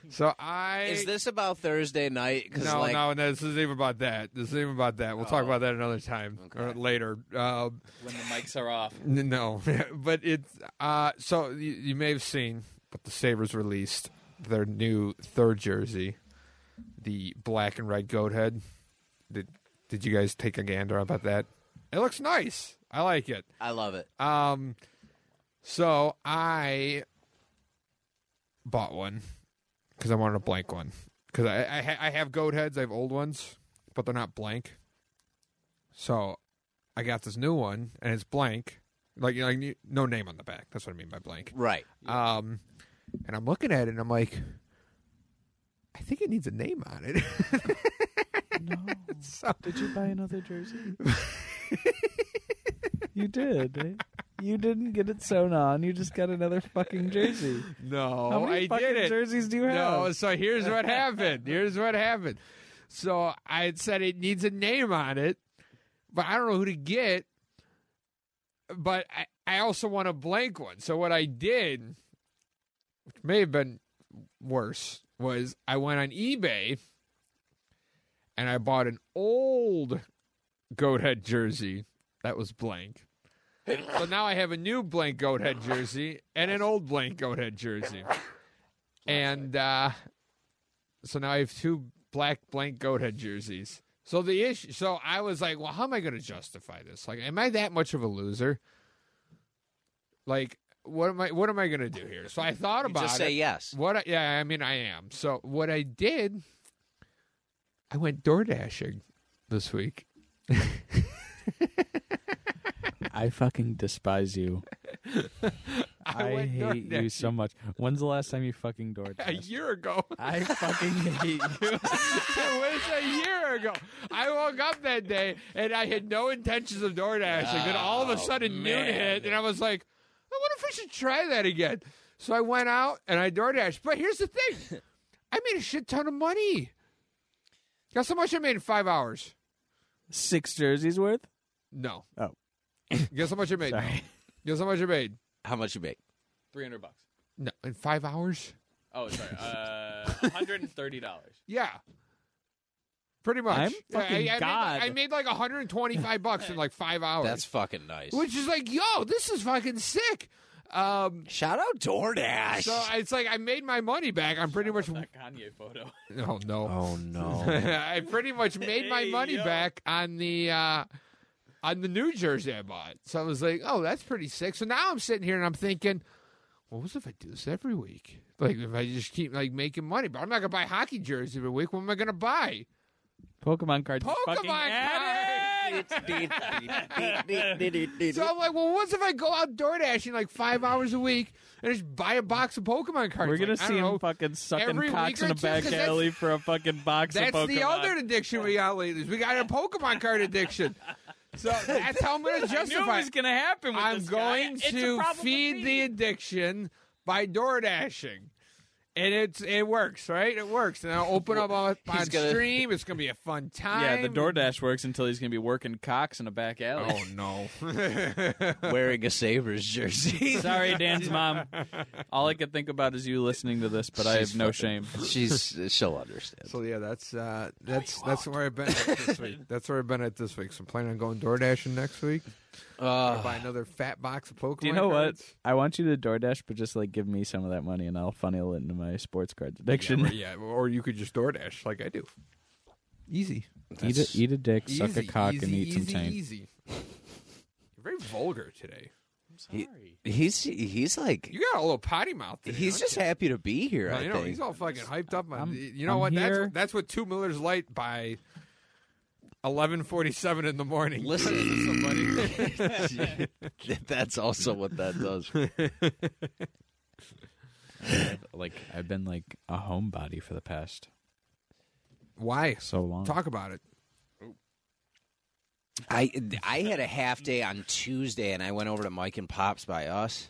C: so i
B: Is this about Thursday night? 'Cause,
C: no,
B: like,
C: no, no. This isn't even about that. This isn't even about that. We'll talk
B: Oh.
C: about that another time or
B: Okay.
C: later. Um,
D: When the mics are off.
C: N- No, but it's uh, so you, you may have seen, but the Sabres released their new third jersey, the black and red goat head. Did Did you guys take a gander about that? It looks nice. I like it.
B: I love it.
C: Um, so I bought one because I wanted a blank one because I I, ha- I have goat heads. I have old ones, but they're not blank. So I got this new one, and it's blank, like like n- no name on the back. That's what I mean by blank.
B: Right.
C: Um, and I'm looking at it, and I'm like, I think it needs a name on it.
E: No.
C: so
E: Did you buy another jersey? you did. eh? You didn't get it sewn on. You just got another fucking jersey.
C: no,
E: How many
C: I
E: fucking
C: did it.
E: jerseys do you
C: No,
E: have?
C: so here's what happened. Here's what happened. So I had said it needs a name on it, but I don't know who to get. But I, I also want a blank one. So what I did, which may have been worse, was I went on eBay and I bought an old goat head jersey that was blank. So now I have a new blank goat head jersey and an old blank goat head jersey. And uh, so now I have two black blank goat head jerseys. So the issue, so I was like, well, how am I going to justify this? Like, am I that much of a loser? Like, what am I? What am I going to do here? So I thought
B: You
C: about
B: just
C: it.
B: say yes.
C: What? I, yeah, I mean, I am. So what I did, I went door dashing this week.
D: I fucking despise you.
C: I went door-dashing
D: much. When's the last time you fucking door
C: a year ago.
D: I fucking hate you.
C: it was a year ago. I woke up that day and I had no intentions of door dashing. then all of a sudden noon hit, and I was like, I wonder if I should try that again. So I went out and I door dashed. But here's the thing, I made a shit ton of money. Guess how much I made in five hours?
E: Six jerseys worth?
C: No.
E: Oh.
C: Guess how much I made? No. Guess how much I made?
B: How much you make?
D: 300 bucks.
C: No, in five hours.
D: Oh, sorry. Uh, $130.
C: Yeah. Pretty much.
E: I'm
C: Yeah,
E: fucking
C: I, I
E: God.
C: Made, I made like 125 bucks in like five hours.
B: That's fucking nice.
C: which is like, yo, this is fucking sick. Um,
B: Shout out DoorDash.
C: so it's like I made my money back. I'm pretty much.
D: That Kanye photo.
C: Oh no,
B: oh no.
C: I pretty much made my
D: Hey,
C: money
D: yo.
C: back on the uh, on the New Jersey I bought. So I was like, oh, that's pretty sick. So now I'm sitting here and I'm thinking, what was if I do this every week? Like if I just keep like making money, but I'm not gonna buy hockey jerseys every week. What am I gonna buy?
E: Pokemon cards. you
C: Pokemon
E: fucking
C: cards. So I'm like, well, what's if I go out door dashing like five hours a week and just buy a box of Pokemon cards?
E: We're
C: Like,
E: gonna
C: I
E: see
C: don't
E: him
C: know.
E: fucking sucking
C: every
E: cocks
C: week or
E: in a
C: two,
E: back
C: 'cause that's-
E: alley for a fucking box
C: That's
E: of Pokemon.
C: the other addiction we got lately. is We got a Pokemon card addiction. So that's how I'm going
E: I
C: to
E: knew it
C: justify.
E: was
C: it.
E: gonna happen. With
C: I'm
E: this guy.
C: going
E: It's a
C: to
E: problem with
C: feed
E: me.
C: the addiction by door dashing. And it's it works, right? It works. And I'll open up on, on
B: He's gonna-
C: stream. It's gonna be a fun time.
D: Yeah, the DoorDash works until he's going to be working cocks in a back alley.
C: Oh no!
B: Wearing a Sabres
E: Oh.
B: jersey.
D: Sorry, Dan's mom. All I could think about is you listening to this, but I have no shame.
B: She's she'll understand.
C: so yeah, that's uh, that's that's where I've been at this week. That's where I've been at this week. So I'm planning on going door dashing next week. Or buy another fat box of Pokemon.
D: Do you know what?
C: cards.
D: I want you to DoorDash, but just like give me some of that money, and I'll funnel it into my sports cards addiction.
C: Or, yeah, or you could just DoorDash like I do. Easy.
D: eat, a, eat a dick, suck a
C: Easy,
D: cock,
C: easy,
D: and eat some
C: easy,
D: taint.
C: Easy. You're very vulgar today.
B: He's he's like
C: You got a little potty mouth. Today,
B: he's
C: don't
B: just
C: you?
B: happy to be here.
C: Well,
B: I
C: you know,
B: think.
C: he's all fucking hyped up. On,
D: I'm-
C: you know
D: I'm
C: what?
D: here.
C: That's that's what two Miller's Light by eleven forty seven in the morning.
B: Listen.
C: does to somebody.
B: That's also what that does.
D: Like I've been like a homebody for the past
C: Why?
D: so long.
C: Talk about it.
B: I I had a half day on Tuesday, and I went over to Mike and Pops by us.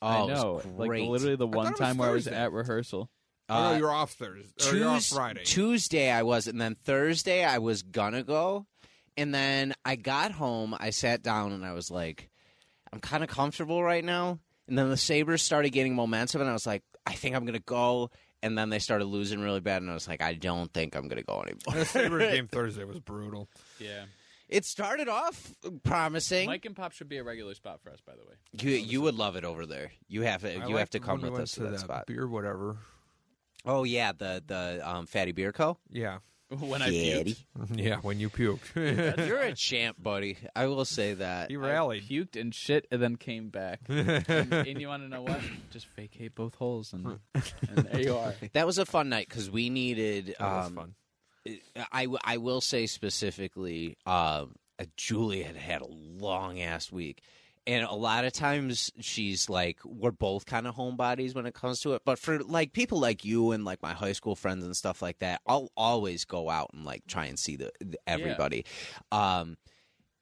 B: Oh,
D: I
B: it was
D: know, like
B: great.
D: literally the
C: I thought
D: one
C: it was
D: time where I was
C: Thursday.
D: at rehearsal.
C: oh,
B: Uh,
C: no, you're off Thursday. Or you're off
B: Tues-
C: Friday.
B: Tuesday I was, and then Thursday I was gonna go, and then I got home. I sat down and I was like, I'm kind of comfortable right now. And then the Sabers started getting momentum, and I was like, I think I'm gonna go. And then they started losing really bad, and I was like, I don't think I'm gonna go anymore.
C: the Sabres game Thursday was brutal.
D: Yeah,
B: It started off promising.
D: Mike and Pop should be a regular spot for us, by the way.
B: you you would love it over there. You have to you
C: I
B: have
C: liked
B: to come
C: when we
B: with
C: went
B: us to
C: to
B: that
C: the
B: spot.
C: Beer, whatever.
B: Oh yeah, the the um, Fatty Beer Co.
C: Yeah,
D: When I puked,
B: Mm-hmm.
C: yeah. When you puked,
B: You're a champ, buddy. I will say that.
C: he
D: I
C: rallied.
D: puked and shit, and then came back. and, and you want to know what? Just vacate both holes, and, and there you are.
B: That was a fun night because we needed.
C: That was
B: um,
C: fun.
B: I w- I will say specifically, um, uh, Julie had had a long ass week, and a lot of times she's like, we're both kind of homebodies when it comes to it. But for like people like you and like my high school friends and stuff like that, I'll always go out and like try and see the, the everybody. Um,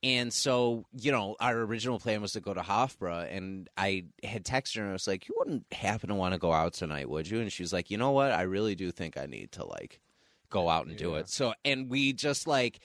B: and so, you know, our original plan was to go to Hofbra, and I had texted her and I was like, "You wouldn't happen to want to go out tonight, would you?" And she was like, "You know what? I really do think I need to like go out and do it." So, and we just like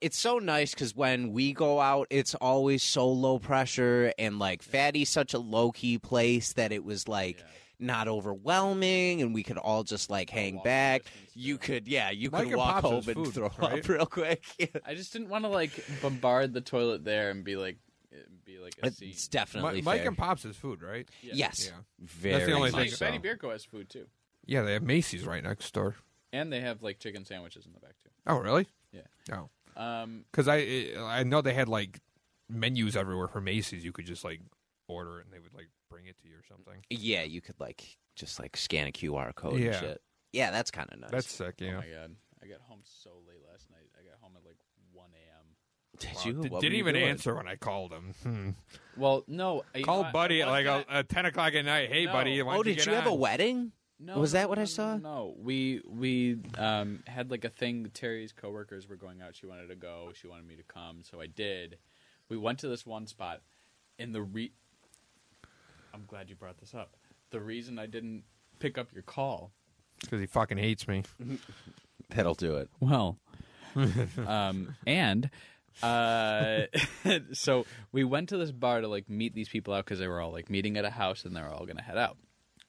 B: it's so nice because when we go out, it's always so low pressure, and like Fatty's such a low key place that it was like. Not overwhelming, and we could all just like hang back. You could, yeah, you
C: Mike
B: could
C: and
B: walk
C: Pops
B: home
C: is
B: and
C: food,
B: throw
C: right?
B: up real quick.
D: I just didn't want to like bombard the toilet there and be like, be like a scene.
B: It's definitely
C: Mi- Mike
B: fair.
C: and Pops is food, right?
B: Yes.
C: Yeah.
B: Very
C: That's the
B: much
C: only thing-
D: Like,
B: so.
D: Betty Beer Co has food too,
C: Yeah, they have Macy's right next door.
D: and they have like chicken sandwiches in the back too.
C: Oh, really?
D: Yeah.
C: No,
D: Um,
C: because I I know they had like menus everywhere for Macy's. You could just like order it and they would like bring it to you or something.
B: Yeah, you could like just like scan a QR code and
C: Yeah.
B: shit. Yeah, that's kind of nice.
C: That's sick.
D: oh
C: Yeah.
D: my god, I got home so late last night. I got home at like one a.m.
B: Did
C: Wow,
B: you?
C: did-
B: What
C: didn't
B: were you
C: even
B: doing?
C: answer when I called him. Hmm.
D: Well, no, I,
C: Called
D: I-
C: buddy
D: I
C: at like
D: wasn't
C: a, uh ten o'clock at night. Hey,
D: No.
C: buddy. why
B: Oh,
C: don't you
B: did
C: get
B: you have a
C: on?"
B: wedding?
D: No,
B: Was
D: no,
B: that what
D: no,
B: I
D: no,
B: saw?
D: No, no. we we um, had like a thing. Terry's coworkers were going out. She wanted to go. She wanted me to come, so I did. We went to this one spot, and the re. I'm glad you brought this up. The reason I didn't pick up your call.
C: Because he fucking hates me.
B: That'll do it.
D: Well, um, and uh, so we went to this bar to like meet these people out because they were all like meeting at a house and they were all gonna head out.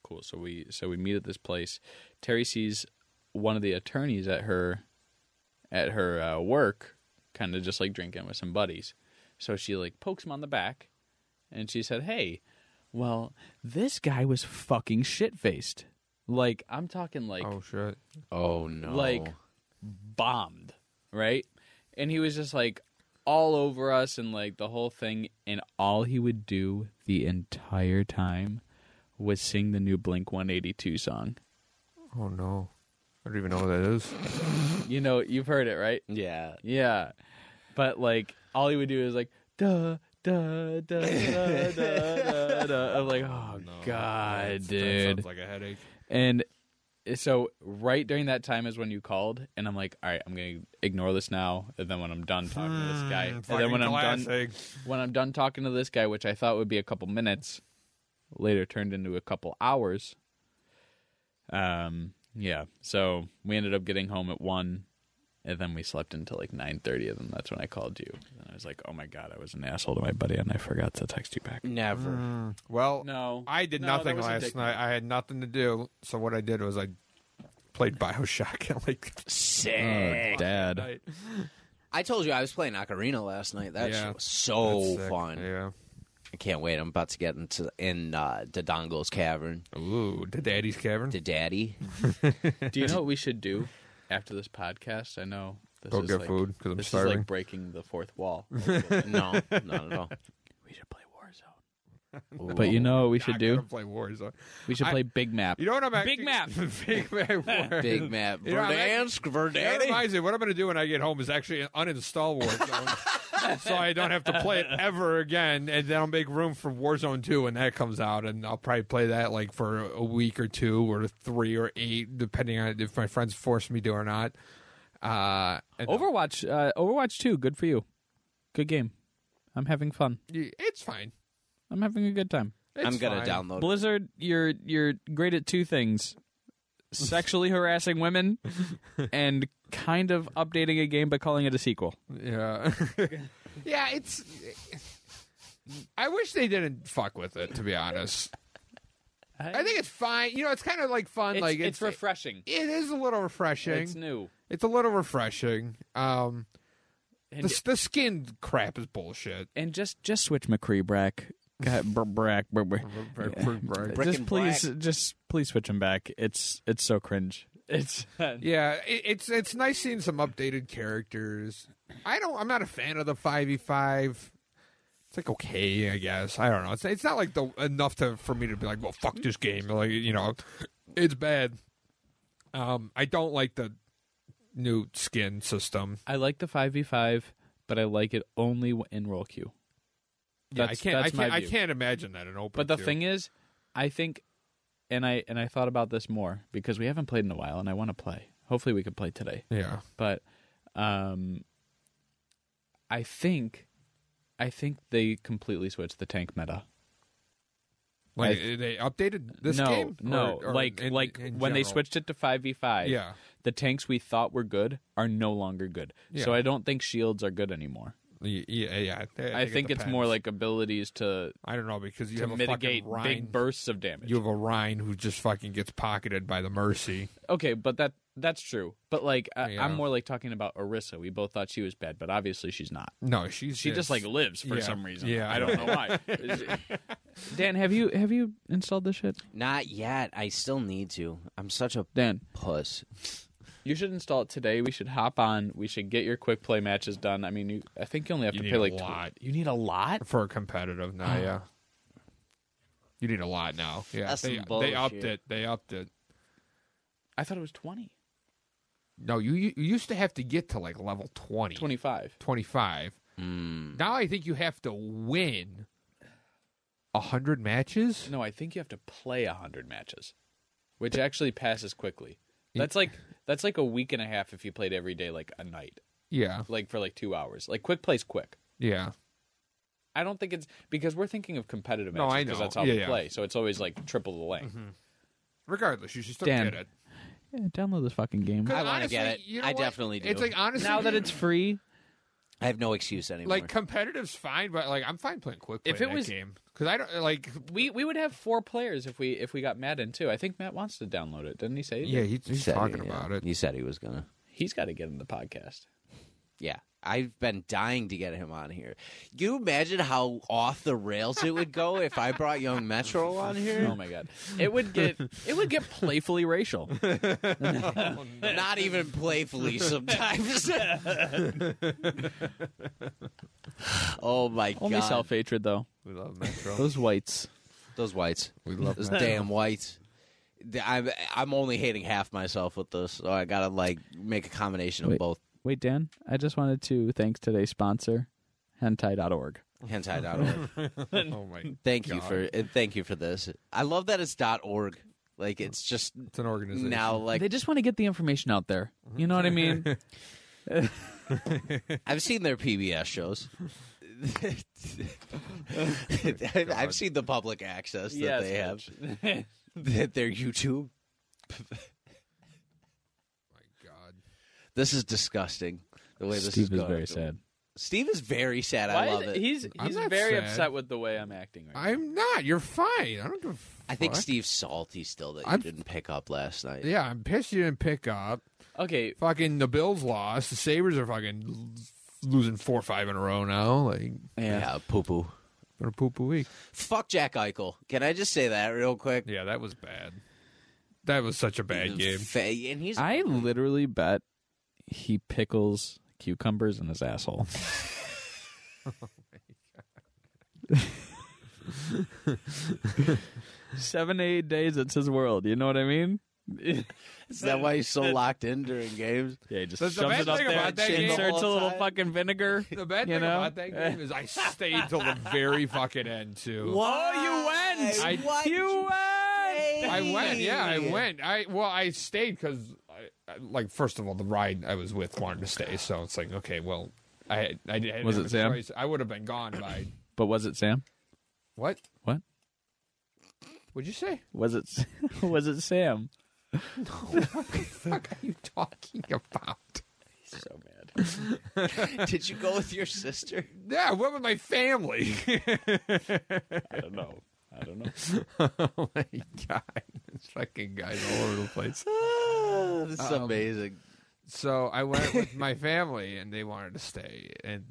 D: Cool. So we so we meet at this place. Terry sees one of the attorneys at her at her uh, work, kind of just like drinking with some buddies. So she like pokes him on the back, and she said, "Hey, well, this guy was fucking shit faced. Like I'm talking like
C: Oh shit.
B: Oh no!
D: like bombed, right? And he was just like all over us and like the whole thing. And all he would do the entire time was sing the new Blink 182 song.
C: Oh no. I don't even know what that is.
D: You know, you've heard it, right?
B: yeah.
D: Yeah. But like all he would do is like duh duh duh duh duh duh. duh. I'm like, oh god,
C: That
D: dude.
C: sounds like a headache.
D: And eh, so right during that time is when you called, and I'm like, all right, I'm gonna ignore this now, and then when I'm done talking to
C: Mm,
D: this
C: Hmm,
D: guy, and then when I'm done when I'm done talking to this guy, which I thought would be a couple minutes, later turned into a couple hours. Um, yeah. So we ended up getting home at one, and then we slept until like nine thirty, and then that's when I called you, and I was like, oh my god, I was an asshole to my buddy, and I forgot to text you back.
B: Never.
C: Mm. Well,
D: No,
C: I did
D: No, that
C: nothing
D: was a
C: last
D: dick
C: night.
D: move.
C: I had nothing to do. So what I did was I played Bioshock at like Oh,
B: Sick.
D: Dad.
C: night.
B: I told you I was playing Ocarina last night. That
C: Yeah.
B: shit was so
C: That's sick.
B: fun.
C: Yeah.
B: I can't wait. I'm about to get into in uh, Dodongo's cavern.
C: Ooh, the Daddy's Cavern.
B: The daddy.
D: Do you know what we should do after this podcast? I know this
C: Go
D: is
C: get
D: like,
C: food, 'cause I'm
D: this is
C: starving.
D: like breaking the fourth wall. we
B: No, not at all.
D: should play Warzone. But you know what we should
C: I gotta
D: do?
C: Play Warzone.
D: We should
C: I-
D: play Big Map.
C: You know what I'm at?
E: Big Map.
C: Big Map. War.
B: Big Matt
C: You know, I'm act-
B: Verdansk,
C: That
B: Verdaddy.
C: reminds me, what I'm going to do when I get home is actually uninstall Warzone, so I don't have to play it ever again, and then I'll make room for Warzone 2 when that comes out, and I'll probably play that like for a week or two or three or eight, depending on if my friends force me to or not. Uh, and-
D: Overwatch, uh, Overwatch Two, good for you. Good game. I'm having fun.
C: it's fine.
D: I'm having a good time.
C: It's
B: I'm gonna
C: fine.
B: download. it.
D: Blizzard, you're you're great at two things: sexually harassing women and kind of updating a game by calling it a sequel.
C: Yeah, yeah. It's. I wish they didn't fuck with it. To be honest, I think it's fine. You know, it's kind of like fun. like
D: refreshing.
C: It is a little refreshing.
D: It's new.
C: It's a little refreshing. Um,
D: And,
C: the, the skin crap is bullshit.
D: and just just switch McCree Brack. God, br- brack, br- br-
B: Brick
D: just
B: and
D: please, just please switch him back. It's it's so cringe. It's
C: Yeah, it, it's it's nice seeing some updated characters. I don't. I'm not a fan of the five v five. It's like okay, I guess. I don't know. It's it's not like the enough to for me to be like, well, fuck this game. Like you know, it's bad. Um, I don't like the new skin system.
D: I like the five v five, but I like it only in roll queue.
C: Yeah,
D: That's-
C: I can't. I
D: that's my
C: can't. I
D: view.
C: can't imagine that in open.
D: But the
C: queue.
D: thing is, I think, and I and I thought about this more because we haven't played in a while, and I want to play. Hopefully, we can play today.
C: yeah,
D: But, um, I think, I think they completely switched the tank meta.
C: like
D: I-
C: they updated this
D: no,
C: game.
D: no,
C: Or- or
D: like
C: in-
D: like
C: in
D: when they
C: general?
D: switched it to five v five.
C: Yeah.
D: the tanks we thought were good are no longer good. So
C: Yeah.
D: I don't think shields are good anymore.
C: Y- Yeah, yeah.
D: I, think
C: it
D: it's more
C: depends.
D: like abilities to
C: I don't know because you
D: to
C: have a
D: mitigate
C: fucking Rhine.
D: big bursts of damage.
C: you have a Rhine who just fucking gets pocketed by the Mercy.
D: Okay, but that that's true. But like, I,
C: Yeah.
D: I'm more like talking about Orissa. We both thought she was bad, but obviously she's not.
C: No, she's
D: She just like
C: it's-
D: lives for
C: Yeah.
D: some reason.
C: Yeah,
D: I
C: I
D: don't know
C: know.
D: why. Dan, have you have you installed this shit?
B: Not yet. I still need to. I'm such a
D: Dan,
B: puss.
D: you should install it today. We should hop on. We should get your quick play matches done. I mean, you, I think you only have
C: You
D: to
C: need
D: pay
C: a
D: like tw-
C: lot.
D: you need a lot.
C: for a competitive now. yeah, you need a lot now. Yeah,
B: That's
C: they,
B: some
C: they upped
B: bullshit.
C: it. They upped it.
D: I thought it was 20,
C: No, you, you you used to have to get to like level 20,
D: 25.
C: 25.
D: Hmm.
C: Now I think you have to win hundred matches.
D: No, I think you have to play hundred matches, which actually passes quickly. That's like that's like a week and a half if you played every day, like a night.
C: Yeah,
D: like for like two hours. Like quick plays quick.
C: yeah.
D: I don't think it's because we're thinking of competitive
C: No,
D: matches
C: I
D: because
C: know.
D: that's how
C: Yeah, Mm-hmm.
D: we
C: yeah.
D: play. So it's always like triple the length.
C: Regardless, you should still
D: Dan.
C: get it.
D: Yeah, download this fucking game
C: 'Cause
B: I wanna
C: honestly,
B: get it.
C: you know
B: I
C: what?
B: definitely do.
C: It's like honestly,
D: now that it's free.
B: I have no excuse anymore.
C: like competitive's fine, but like I'm fine playing quick play
D: If
C: in
D: it
C: that
D: was-
C: game because I don't like.
D: We we would have four players if we if we got Madden too. I think Matt wants to download it, didn't he say?
C: Yeah, he,
B: He
C: he's
B: said-
C: talking
B: yeah.
C: about it.
B: He said he was gonna.
D: he's got to get in the podcast.
B: Yeah, I've been dying to get him on here. You imagine how off the rails it would go if I brought Young Metro on here?
D: Oh my god, it would get it would get playfully racial.
B: Not even playfully sometimes. oh my
D: Only
B: god!
D: self hatred though.
C: We love Metro.
D: Those whites.
B: Those whites.
C: we love
B: Those
C: Metro.
B: damn whites. The- I'm I'm only hating half myself with this, so I gotta like make a combination of
D: Wait.
B: both.
D: Wait, Dan, I just wanted to thank today's sponsor, hentai.org.
B: Hentai.org.
C: Oh my!
B: Thank you
C: God.
B: for uh, thank you for this. I love that it's dot .org. Like it's just
C: It's an organization.
B: now like
D: they just want to get the information out there. You know what I mean?
B: I've seen their PBS shows. I've seen the public access that they have,
D: Mitch.
B: that their YouTube.
C: Oh my God.
B: This is disgusting. The way this is
D: Steve is
B: going.
D: very sad.
B: Steve is very sad.
D: Why
B: I
D: is
B: love
D: it-
B: it.
D: He's
C: I'm
D: he's
C: not
D: very
C: sad.
D: upset with the way I'm acting right now.
C: I'm not. You're fine. I don't give. a
B: I think
C: fuck.
B: Steve's salty still that you
C: I'm-
B: didn't pick up last night.
C: Yeah, I'm pissed you didn't pick up.
D: Okay,
C: Fucking the Bills lost. The Sabers are fucking losing four or five in a row now. Like,
B: yeah poo poo.
C: what a poop a week.
B: Fuck Jack Eichel. Can I just say that real quick?
C: Yeah, that was bad. That was such a bad game.
B: Fa- And he's
D: I literally bet he pickles cucumbers in his asshole. Seven to eight days, it's his world. You know what I mean? yeah,
B: is that why he's so locked in during games?
D: he just
C: The- the
D: shoves
C: best
D: it up
C: thing
D: there,
C: about
D: and
C: that game-
D: inserts
B: The
D: a
B: whole
D: little
B: time.
D: fucking vinegar.
C: The bad
D: you
C: thing
D: know?
C: about that game is I stayed till the very fucking end too.
B: Why?
D: Oh, you went!
C: I-
B: Why'd
D: you went!
C: I went, yeah, I went. I well, I stayed because, I, I- like, first of all, the ride I was with wanted to stay, so it's like, okay, well, I had, I didn't
D: Was
C: have
D: it
C: a
D: Sam?
C: choice. I would have been gone by
D: But was it Sam?
C: what?
D: What?
C: Would you say?
D: Was it? Was it Sam?
C: What are you talking about?
D: So mad.
B: Did you go with your sister?
C: Yeah, I went with my family.
D: I don't know. I don't know.
C: oh my god, this fucking guy's all over the place.
B: this is
C: Um,
B: amazing.
C: So I went with my family, and they wanted to stay. And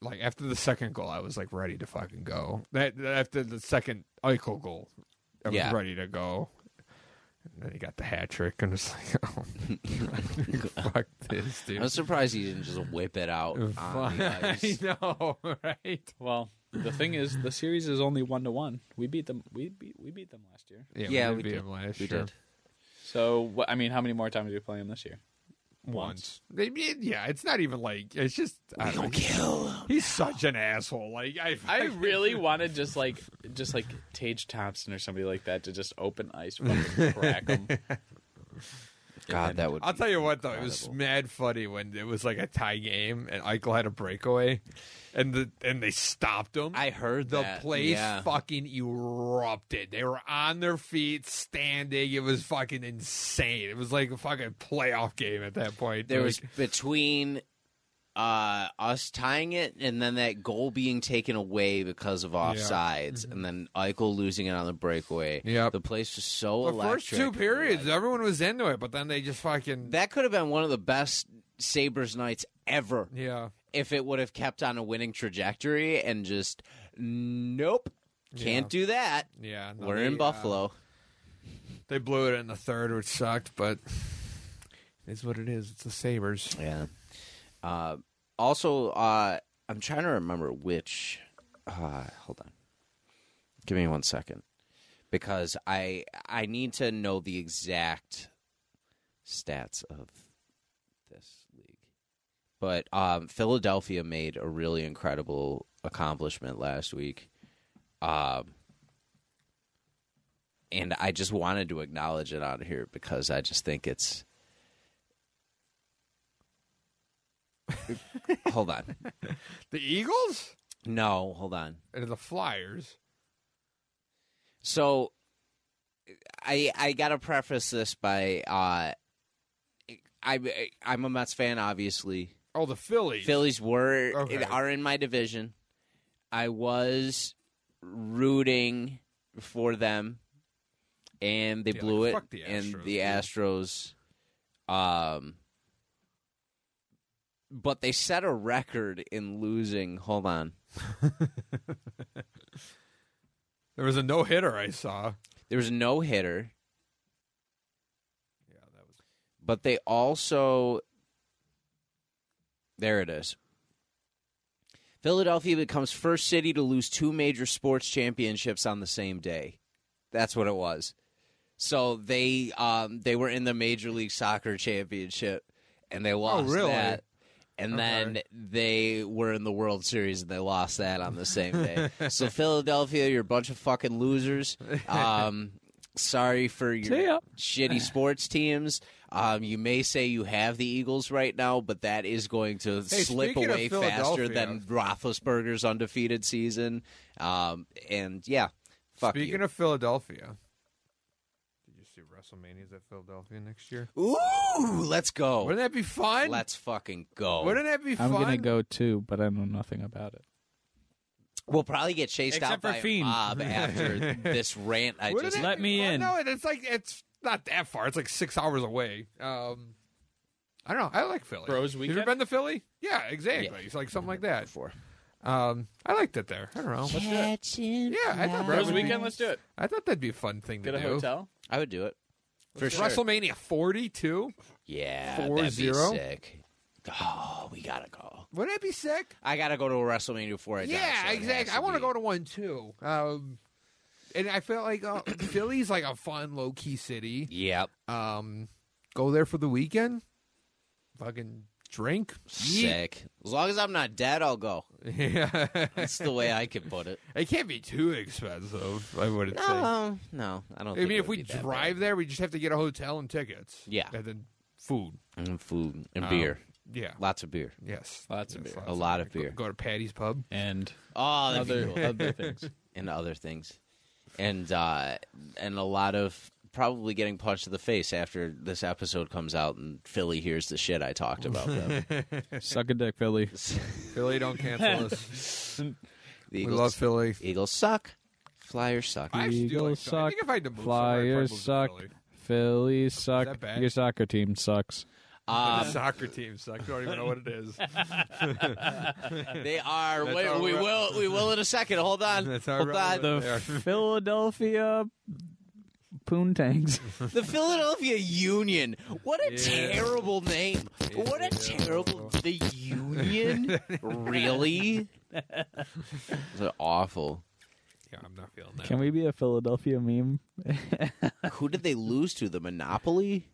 C: like after the second goal, I was like ready to fucking go. That that- after the second Eichel goal, I was
B: Yeah.
C: ready to go. And then he got the hat trick, and it's like, oh, fuck this, dude.
B: I'm surprised he didn't just whip it out on the uh,
C: I
B: ice.
C: know, right?
D: Well, the thing is, the series is only one to one. We beat them. We beat. We beat them last year.
B: Yeah, we
C: beat
B: did.
C: him last
B: We
C: year.
B: did.
D: So what, I mean, how many more times do we play them this year?
C: once. They mean, yeah, it's not even like it's just. I don't know.
B: Kill him.
C: He's such an asshole. Like I,
D: I really wanted just like just like Tage Thompson or somebody like that to just open ice fucking crack them.
B: God, that would.
C: I'll
B: be
C: tell you what though, it was
B: incredible.
C: mad funny when it was like a tie game and Eichel had a breakaway, and the and they stopped him.
B: I heard
C: the
B: that.
C: place
B: Yeah.
C: fucking erupted. They were on their feet, standing. It was fucking insane. It was like a fucking playoff game at that point.
B: There
C: Like,
B: was between uh, us tying it and then that goal being taken away because of offsides, and then Eichel losing it on the breakaway.
C: Mm-hmm. Yep.
B: the place was so
C: the first
B: electric.
C: two periods, everyone was into it, but then they just fucking
B: that could have been one of the best Sabres nights ever
C: yeah.
B: if it would have kept on a winning trajectory and just nope, can't do that.
C: Yeah, no,
B: We're
C: they,
B: in
C: uh,
B: Buffalo.
C: They blew it in the third, which sucked, but it's what it is. It's the Sabers.
B: Yeah. Uh, also, uh, I'm trying to remember which. Uh, hold on. Give me one second, because I I need to know the exact stats of this league. But um, Philadelphia made a really incredible accomplishment last week. Um, and I just wanted to acknowledge it on here because I just think it's hold on.
C: The Eagles
B: No, hold on.
C: and the Flyers.
B: So I I got to preface this by uh I I'm a Mets fan obviously.
C: Oh, the Phillies.
B: Phillies were
C: Okay.
B: are in my division. I was rooting for them and they
C: Yeah,
B: blew
C: like,
B: it
C: fuck the
B: and
C: Astros,
B: the
C: dude.
B: Astros um but they set a record in losing. Hold on.
C: There was a no hitter I saw.
B: There was no hitter.
C: Yeah, that was.
B: but they also there it is philadelphia becomes first city to lose two major sports championships on the same day that's what it was so they um they were in the major league soccer championship and they lost
C: Oh, really?
B: that and then they were in the World Series and they lost that on the same day. so Philadelphia, you're a bunch of fucking losers. Um, sorry for your
D: See ya.
B: shitty sports teams. Um, you may say you have the Eagles right now, but that is going to slip
C: speaking of
B: away faster than
C: Philadelphia-
B: Roethlisberger's undefeated season. Um, and yeah, fuck
C: Speaking
B: you.
C: of Philadelphia, did you see WrestleMania's at Philadelphia next year?
B: Ooh, let's go.
C: Wouldn't that be fun?
B: Oh. Let's fucking go.
C: Wouldn't that be
D: I'm
C: fun?
D: gonna go too, but I know nothing about it.
B: We'll probably get chased
E: Except
B: out
E: for
B: by a
E: Fiend.
B: mob after this rant I
C: Wouldn't
B: just
C: that
E: Let
C: be
E: me
C: fun?
E: in.
C: No, it's like it's not that far. It's like six hours away. Um, I don't know. I like Philly.
D: Bros
C: Have
D: weekend?
C: you been to Philly? Yeah, exactly. It's like something like that.
B: before.
C: Um, I liked it there. I don't know.
B: Catching
C: Yeah, I thought that
D: Bros
C: would be-
D: weekend, let's do it.
C: I thought that'd be a fun thing
D: Get
C: to
D: a
C: do.
D: hotel.
B: I would do it for sure.
C: WrestleMania 42.
B: yeah,
C: Four
B: that'd
C: zero?
B: be sick. Oh, we gotta go.
C: Wouldn't that be sick?
B: I gotta go to a WrestleMania before I die.
C: yeah,
B: so it has
C: exactly. I want to
B: be-
C: go to one too. Um, and I felt like uh, Philly's like a fun, low key city.
B: Yep.
C: Um, go there for the weekend. Fucking drink.
B: Sick. As long as I'm not dead, I'll go.
C: Yeah,
B: That's the way I could put it.
C: it can't be too expensive. I wouldn't
B: No,
C: think.
B: um, no, I don't.
C: I
B: think
C: mean,
B: it
C: if
B: would
C: we
B: be that
C: drive there, we just have to get a hotel and tickets.
B: Yeah.
C: and then food.
B: bad. and food and beer,
C: Yeah.
B: lots of beer,
C: Yes.
D: Lots of
C: Yes,
D: beer.
B: a lot of
C: Go-
B: beer,
C: Go to Patty's Pub.
D: And
B: oh, that'd be
D: other
B: cool.
D: other things.
B: and other things, and uh, and a lot of probably getting punched in the face after this episode comes out and Philly hears the shit I talked about. them.
D: Suck a dick, Philly.
C: Philly, don't cancel us.
B: The
C: we
B: Eagles,
C: love Philly.
B: Eagles suck, Flyers suck.
C: I actually do like
E: Eagles
C: Philly. I think
E: suck.
C: if I had to move somewhere, I'd
E: Flyers
C: probably move to
E: suck.
C: Philly.
E: Phillies suck.
C: that bad?
E: Your soccer team sucks.
B: Um, Ah,
C: the soccer team sucks. I don't even know what it is.
B: They are.
C: That's
B: Wait,
C: all
B: we
C: right.
B: will. We will in a second. Hold on.
C: That's all
B: Hold
C: right.
E: The
B: on.
C: They are-
E: Philadelphia Poontangs.
B: The Philadelphia Union. What a terrible name. What a terrible. The Union. really? They're awful.
C: Yeah, I'm not feeling that.
E: Can we be a Philadelphia meme?
B: Who did they lose to? The Monopoly.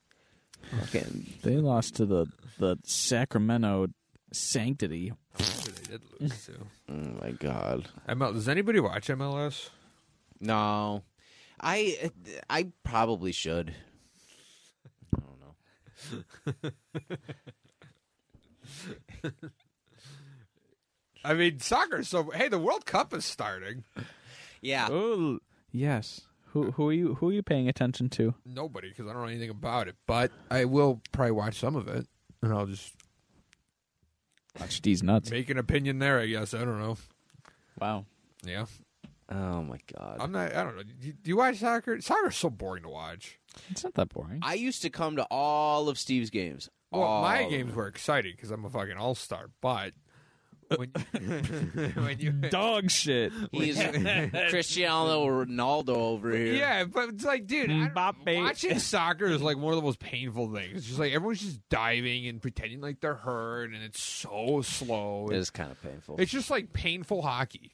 B: Fucking.
E: They lost to the the Sacramento Sanctity.
C: Sure they did
E: Mm.
C: lose too.
B: Oh my god.
C: ML, does anybody watch MLS?
B: No. I. I probably should. I don't know.
C: I mean, soccer. So hey, the World Cup is starting.
B: Yeah.
E: Oh yes. Who who are you who are you paying attention to?
C: Nobody, because I don't know anything about it. But I will probably watch some of it, and I'll just
E: Watch these nuts.
C: make an opinion there. I guess I don't know.
D: Wow.
C: Yeah,
B: Oh my god.
C: I'm not. I don't know. Do you, do you watch soccer? Soccer's so boring to watch.
E: It's not that boring.
B: I used to come to all of Steve's games.
C: Well, my
B: All of
C: games were exciting because I'm a fucking all star. But when, when you
E: Dog shit.
B: He's Cristiano Ronaldo over here.
C: Yeah, but it's like, dude, I don't-
E: Mbappe.
C: watching soccer is like one of the most painful things. It's just like everyone's just diving and pretending like they're hurt, and it's so slow.
B: It is kind of painful.
C: It's just like painful hockey.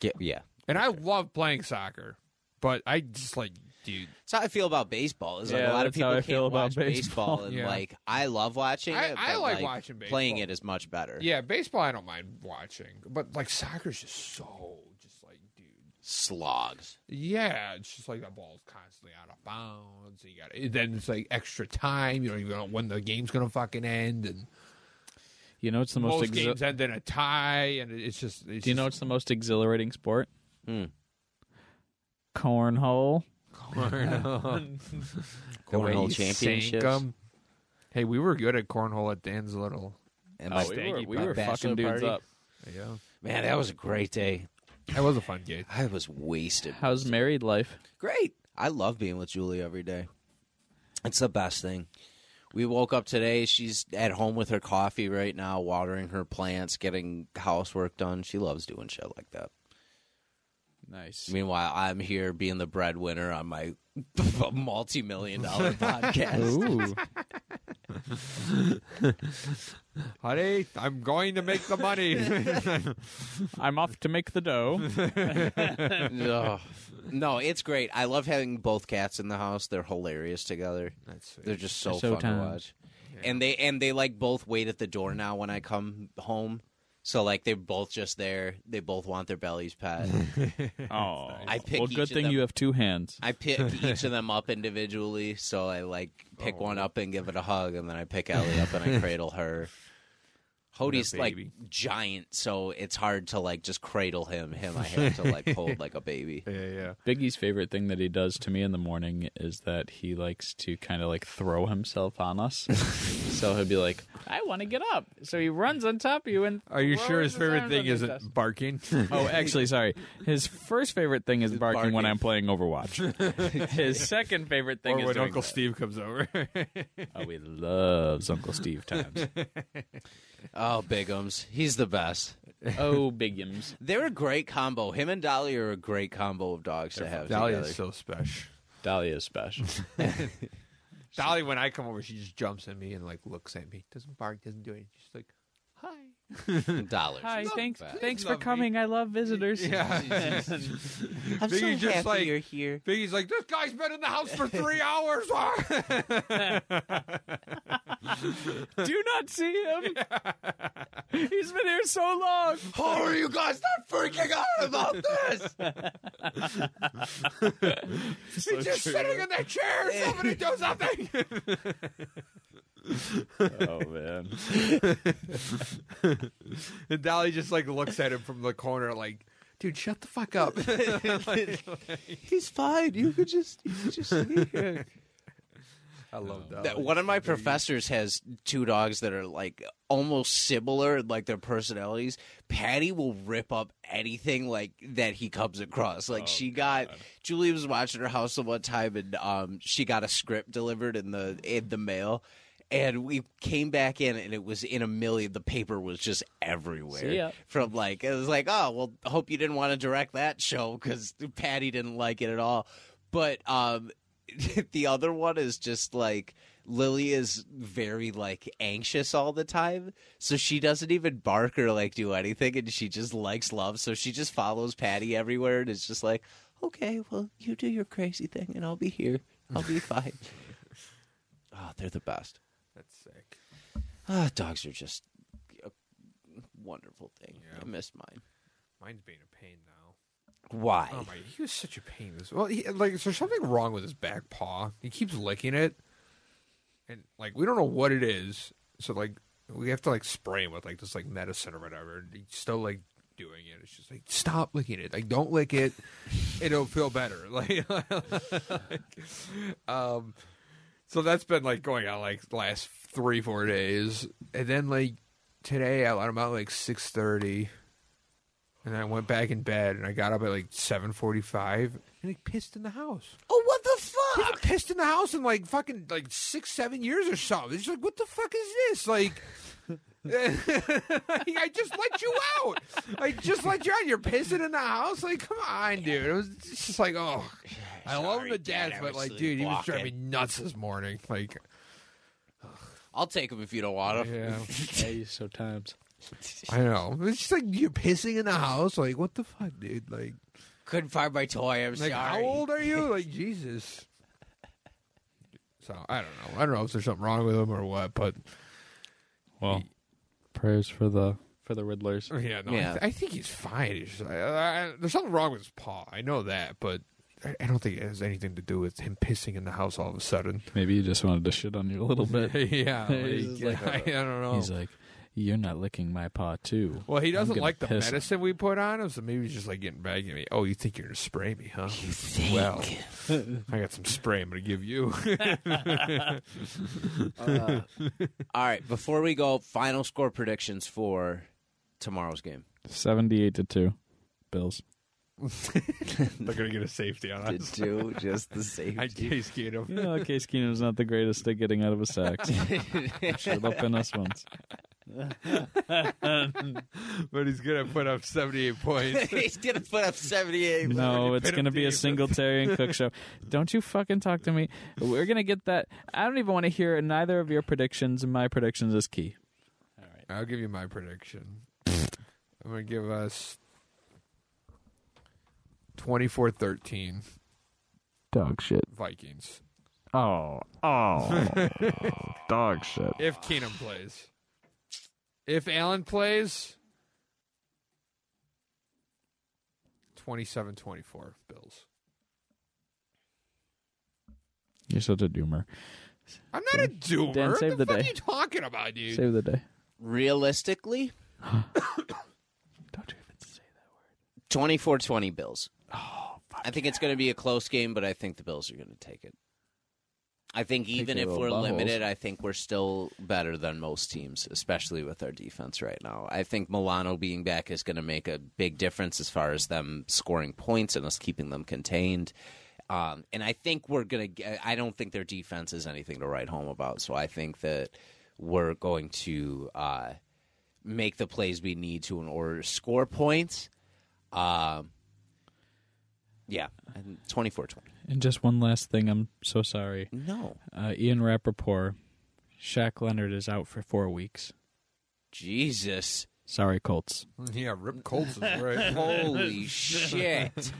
B: Get- yeah.
C: And I love playing soccer, but I just like, dude,
B: That's how I feel about baseball. Is like
D: Yeah,
B: a lot of
D: that's how
B: people
D: I
B: can't
D: feel about
B: watch baseball,
D: baseball.
B: and
C: Yeah.
B: like I love watching
C: I-
B: it.
C: I
B: but,
C: like watching
B: Playing
C: baseball.
B: it is much better.
C: yeah, baseball I don't mind watching, but like soccer's just so, just like, dude.
B: Slogs.
C: Yeah, it's just like the ball's constantly out of bounds. And you got then it's like extra time. You don't even know when the game's gonna fucking end, and
E: You know it's the most
C: most
E: exhi-
C: games end in a tie, and it's just. It's
E: Do you
C: just-
E: know it's the most exhilarating sport?
B: Hmm.
E: Cornhole.
C: Cornhole. The way
B: Cornhole
C: you sank
B: championships.
C: 'em. Hey, we were good at cornhole at Dan's little.
B: And
D: Oh,
B: my-
D: we were,
C: stanky
D: we were
B: bachelor
D: fucking dudes
B: party.
D: up.
C: Yeah,
B: man, that was a great day.
C: that was a fun game.
B: I was wasted.
D: How's married life?
B: Great. I love being with Julie every day. It's the best thing. We woke up today. She's at home with her coffee right now, watering her plants, getting housework done. She loves doing shit like that.
D: Nice.
B: Meanwhile, I'm here being the breadwinner on my multi-million dollar podcast.
E: Ooh.
C: Honey, I'm going to make the money.
E: I'm off to make the dough.
B: Ugh. No, it's great. I love having both cats in the house. They're hilarious together.
C: That's sweet.
B: They're just so,
E: They're so
B: fun to
E: talented.
B: watch. And they and they like both wait at the door now when I come home. So like they're both just there. They both want their bellies pet.
E: Oh,
B: I pick
E: well,
B: each
E: good
B: of
E: thing
B: them.
E: you have two hands.
B: I pick each of them up individually. So
C: Oh.
B: I like pick one up and give it a hug, and then I pick Ellie up and I cradle her. Cody's like
C: baby.
B: giant, so it's hard to like just cradle him. Him, I have to like hold like a baby.
C: Yeah, yeah.
D: Biggie's favorite thing that he does to me in the morning is that he likes to kind of like throw himself on us. so he'll be like, "I want to get up," so he runs on top of you and.
C: Are you
D: throws
C: sure his favorite
D: arms
C: thing
D: under
C: isn't
D: us.
C: barking?
D: Oh, actually, sorry. His first favorite thing is barking,
B: barking.
D: when I'm playing Overwatch. His second favorite thing
C: or
D: is
C: when
D: doing
C: Uncle
D: that.
C: Steve comes over.
D: Oh, he loves Uncle Steve times.
B: Oh, Bigums, he's the best.
D: oh, Biggums.
B: They're a great combo. Him and Dolly are a great combo of dogs to have
C: Dolly
B: together.
C: is so special.
D: Dahlia is special.
C: Dolly, when I come over, she just jumps at me and like looks at me. Doesn't bark, doesn't do anything. She's like, "Hi."
B: Dollars.
D: Hi, thanks,
B: bad.
D: thanks for
C: Love me.
D: coming. I love visitors.
C: Yeah.
B: I'm
C: so Biggie's just happy like- you're
B: here.
C: Biggie's like, "This guy's been in the house for three hours."
D: Do not see him. He's been here so long.
B: How are you guys not freaking out about this?
C: He's just sitting in that chair. Somebody do something.
D: Oh man.
C: and Dolly just like looks at him from the corner, like, "Dude, shut the fuck up."
B: He's fine. You could just, you could just leave here.
C: I love Dolly.
B: That, one of my professors has two dogs that are like almost similar, in, like their personalities. Patty will rip up anything like that he comes across. Like she got Julie was watching her house the one time, and um, she got a script delivered in the in the mail. And we came back in, and it was in a million. The paper was just everywhere.
D: See ya.
B: From like, it was like, oh, well, hope you didn't want to direct that show because Patty didn't like it at all. But um, the other one is just like Lily is very like anxious all the time, so she doesn't even bark or like do anything, and she just likes love, so she just follows Patty everywhere and is just like, okay, well, you do your crazy thing, and I'll be here, I'll be fine. oh, they're the best.
C: That's sick.
B: Ah, dogs are just a wonderful thing. I miss mine.
C: Mine's being a pain now.
B: Why?
C: Oh my, he was such a pain. This well, he, like, is there something wrong with his back paw? He keeps licking it, and like we don't know what it is. So like we have to like spray him with like this like medicine or whatever. And he's still like doing it. It's just like stop licking it. Like don't lick it. It'll feel better. Like, um, so that's been like going on like the last three four days, and then like today I let him out like six thirty and I went back in bed and I got up at like seven forty five and he pissed in the house.
B: oh, what the
C: He
B: fuck?
C: hasn't pissed in the house in like fucking like six, seven years or something. It's like, what the fuck is this? Like I just let you out. I just let you out. You're pissing in the house. Like, come on, dude. It was just like, oh, I love him
B: Sorry,
C: to
B: Dad,
C: death,
B: I
C: but
B: was
C: like, dude, he was driving me
B: sleepwalking.
C: nuts this morning. Like,
B: I'll take him if you don't want him.
C: yeah,
D: Hey, so times.
C: I know. It's just like you're pissing in the house. Like, what the fuck, dude? Like,
B: Couldn't find my toy. I'm
C: Like,
B: sorry.
C: how old are you? Like, Jesus. So, I don't know. I don't know if there's something wrong with him or what, but
D: Well, prayers for the for the Riddlers.
C: yeah, no,
B: Yeah.
C: I, th- I think he's fine. He's just- I, I, I- there's something wrong with his paw. I know that, but I, I don't think it has anything to do with him pissing in the house all of a sudden.
D: Maybe you just wanted to shit on you a little bit.
C: yeah,
D: He's
C: like, "Oh." I, I don't know.
D: He's like, "You're not licking my paw too."
C: well, he doesn't
D: gonna
C: like the
D: piss.
C: medicine we put on him, so maybe he's just like getting back at me. Oh, you think you're gonna spray me, huh? You think? Well, I got some spray. I'm gonna give you.
B: Uh, All right, before we go, final score predictions for tomorrow's game.
D: Seventy-eight to two, Bills.
C: They're gonna get a safety on us.
B: do just the same.
C: I case keyed him.
D: You know, Case Keenum's not the greatest at getting out of a sack. Should have been us once.
C: but he's gonna put up 78 points.
B: He's gonna put up seventy-eight.
D: No, it's
C: pit
D: going to
C: of
D: be a
C: thieves.
D: Singletary and Cook show. Don't you fucking talk to me. We're going to get that. I don't even want to hear neither of your predictions. My predictions is key.
C: I'll give you my prediction. I'm gonna give us 24-13
D: Dog shit.
C: Vikings
D: Oh, oh. Dog shit.
C: if Keenum plays. If Allen plays, 27-24 Bills.
D: You're such a doomer.
C: I'm not a doomer.
D: Dan, save
C: what the,
D: the
C: fuck
D: day.
C: are you talking about, dude?
D: Save the day.
B: realistically,
D: Don't you even say that.
B: 24 20 Bills. Oh, I think it's going to be a close game, but I think the Bills are going to take it. I think even
D: they
B: if
D: will
B: we're
D: buttholes.
B: limited, I think we're still better than most teams, especially with our defense right now. I think Milano being back is going to make a big difference as far as them scoring points and us keeping them contained. Um, and I think we're going to get, I don't think their defense is anything to write home about. So I think that we're going to uh, make the plays we need to in order to score points. Um, yeah, 24 20.
D: And just one last thing. I'm so sorry.
B: No.
D: Uh, Ian Rappaport, Shaq Leonard is out for four weeks.
B: Jesus.
D: Sorry, Colts.
C: Yeah, Rip Colts is right.
B: Holy shit.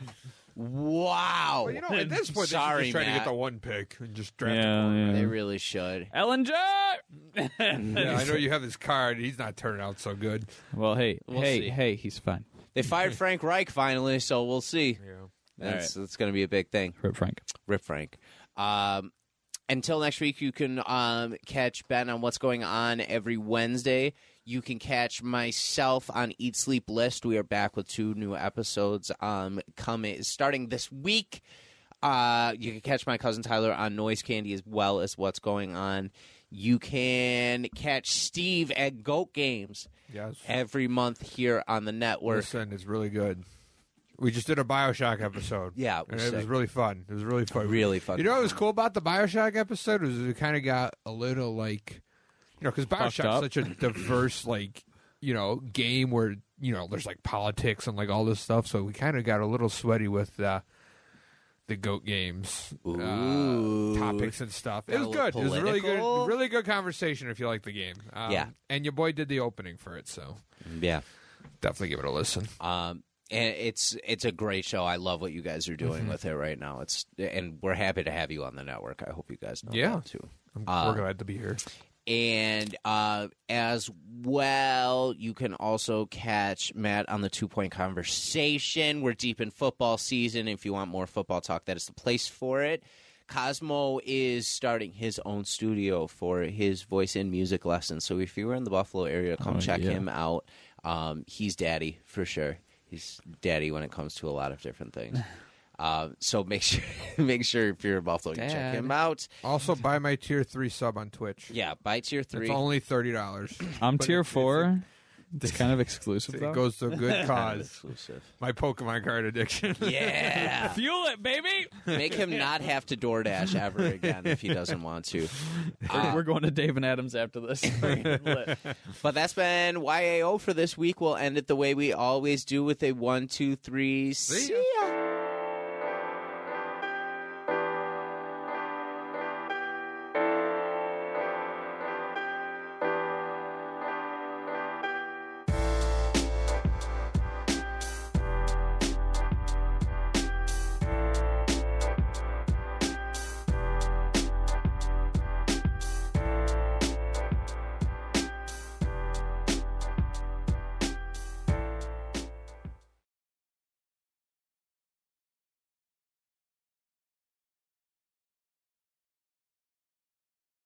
B: Wow.
C: Well, you know, at this point,
B: Sorry,
C: they should just try to
B: Matt.
C: get the one pick and just draft. a
B: They really should.
D: Ellen
C: corner. Yeah, I know you have his card. He's not turning out so good.
D: Well, hey,
B: We'll
D: hey,
B: see.
D: hey, he's fine.
B: They fired Frank Reich finally, so we'll see.
C: Yeah.
B: That's, that's going to be a big thing.
D: Rip Frank.
B: Rip Frank. Um, until next week, you can um, catch Ben on what's going on every Wednesday. You can catch myself on Eat Sleep List. We are back with two new episodes um, coming starting this week. Uh, you can catch my cousin Tyler on Noise Candy as well as what's going on. You can catch Steve at Goat Games
C: Yes.
B: every month here on the network.
C: Listen, it's really good. We just did a Bioshock episode.
B: Yeah, it
C: and
B: was
C: it was
B: sick.
C: really fun. It was really fun.
B: Really fucking
C: You know what was cool about the Bioshock episode was we kind of got a little like, you know, because Bioshock's
D: up.
C: such a diverse like, you know, game where you know there's like politics and like all this stuff. So we kind of got a little sweaty with uh, the goat games uh,
B: Ooh.
C: topics and stuff. It
B: Got a little
C: was good. It was a really
B: political.
C: good, really good conversation if you like the game. Um,
B: Yeah.
C: and your boy did the opening for it, so
B: Yeah.
C: definitely give it a listen.
B: Um, and it's it's a great show. I love what you guys are doing
C: Mm-hmm.
B: with it right now. It's and we're happy to have you on the network. I hope you guys know
C: Yeah.
B: that too.
C: I'm,
B: Uh,
C: we're glad to be here.
B: And uh, as well, you can also catch Matt on the Two Point Conversation. We're deep in football season. If you want more football talk, that is the place for it. Cosmo is starting his own studio for his voice and music lessons. So if you were in the Buffalo area, come check him out. Um, he's daddy for sure. He's daddy when it comes to a lot of different things. uh, so make sure make sure if you're in Buffalo, you check
D: Dad.
B: him out.
C: Also, buy my tier three sub on Twitch.
B: Yeah, by tier three.
C: It's only thirty dollars.
D: I'm
C: But
D: tier
C: it's- it's
D: four. It's kind of exclusive,
C: It
D: though.
C: goes to a good cause.
B: exclusive.
C: My Pokemon card addiction.
B: Yeah.
D: Fuel it, baby!
B: Make him not have to DoorDash ever again if he doesn't want to. Uh,
D: We're- We're going to Dave and Adams after this.
B: But that's been YAO for this week. We'll end it the way we always do with a one, two, three.
C: See
B: See
C: ya.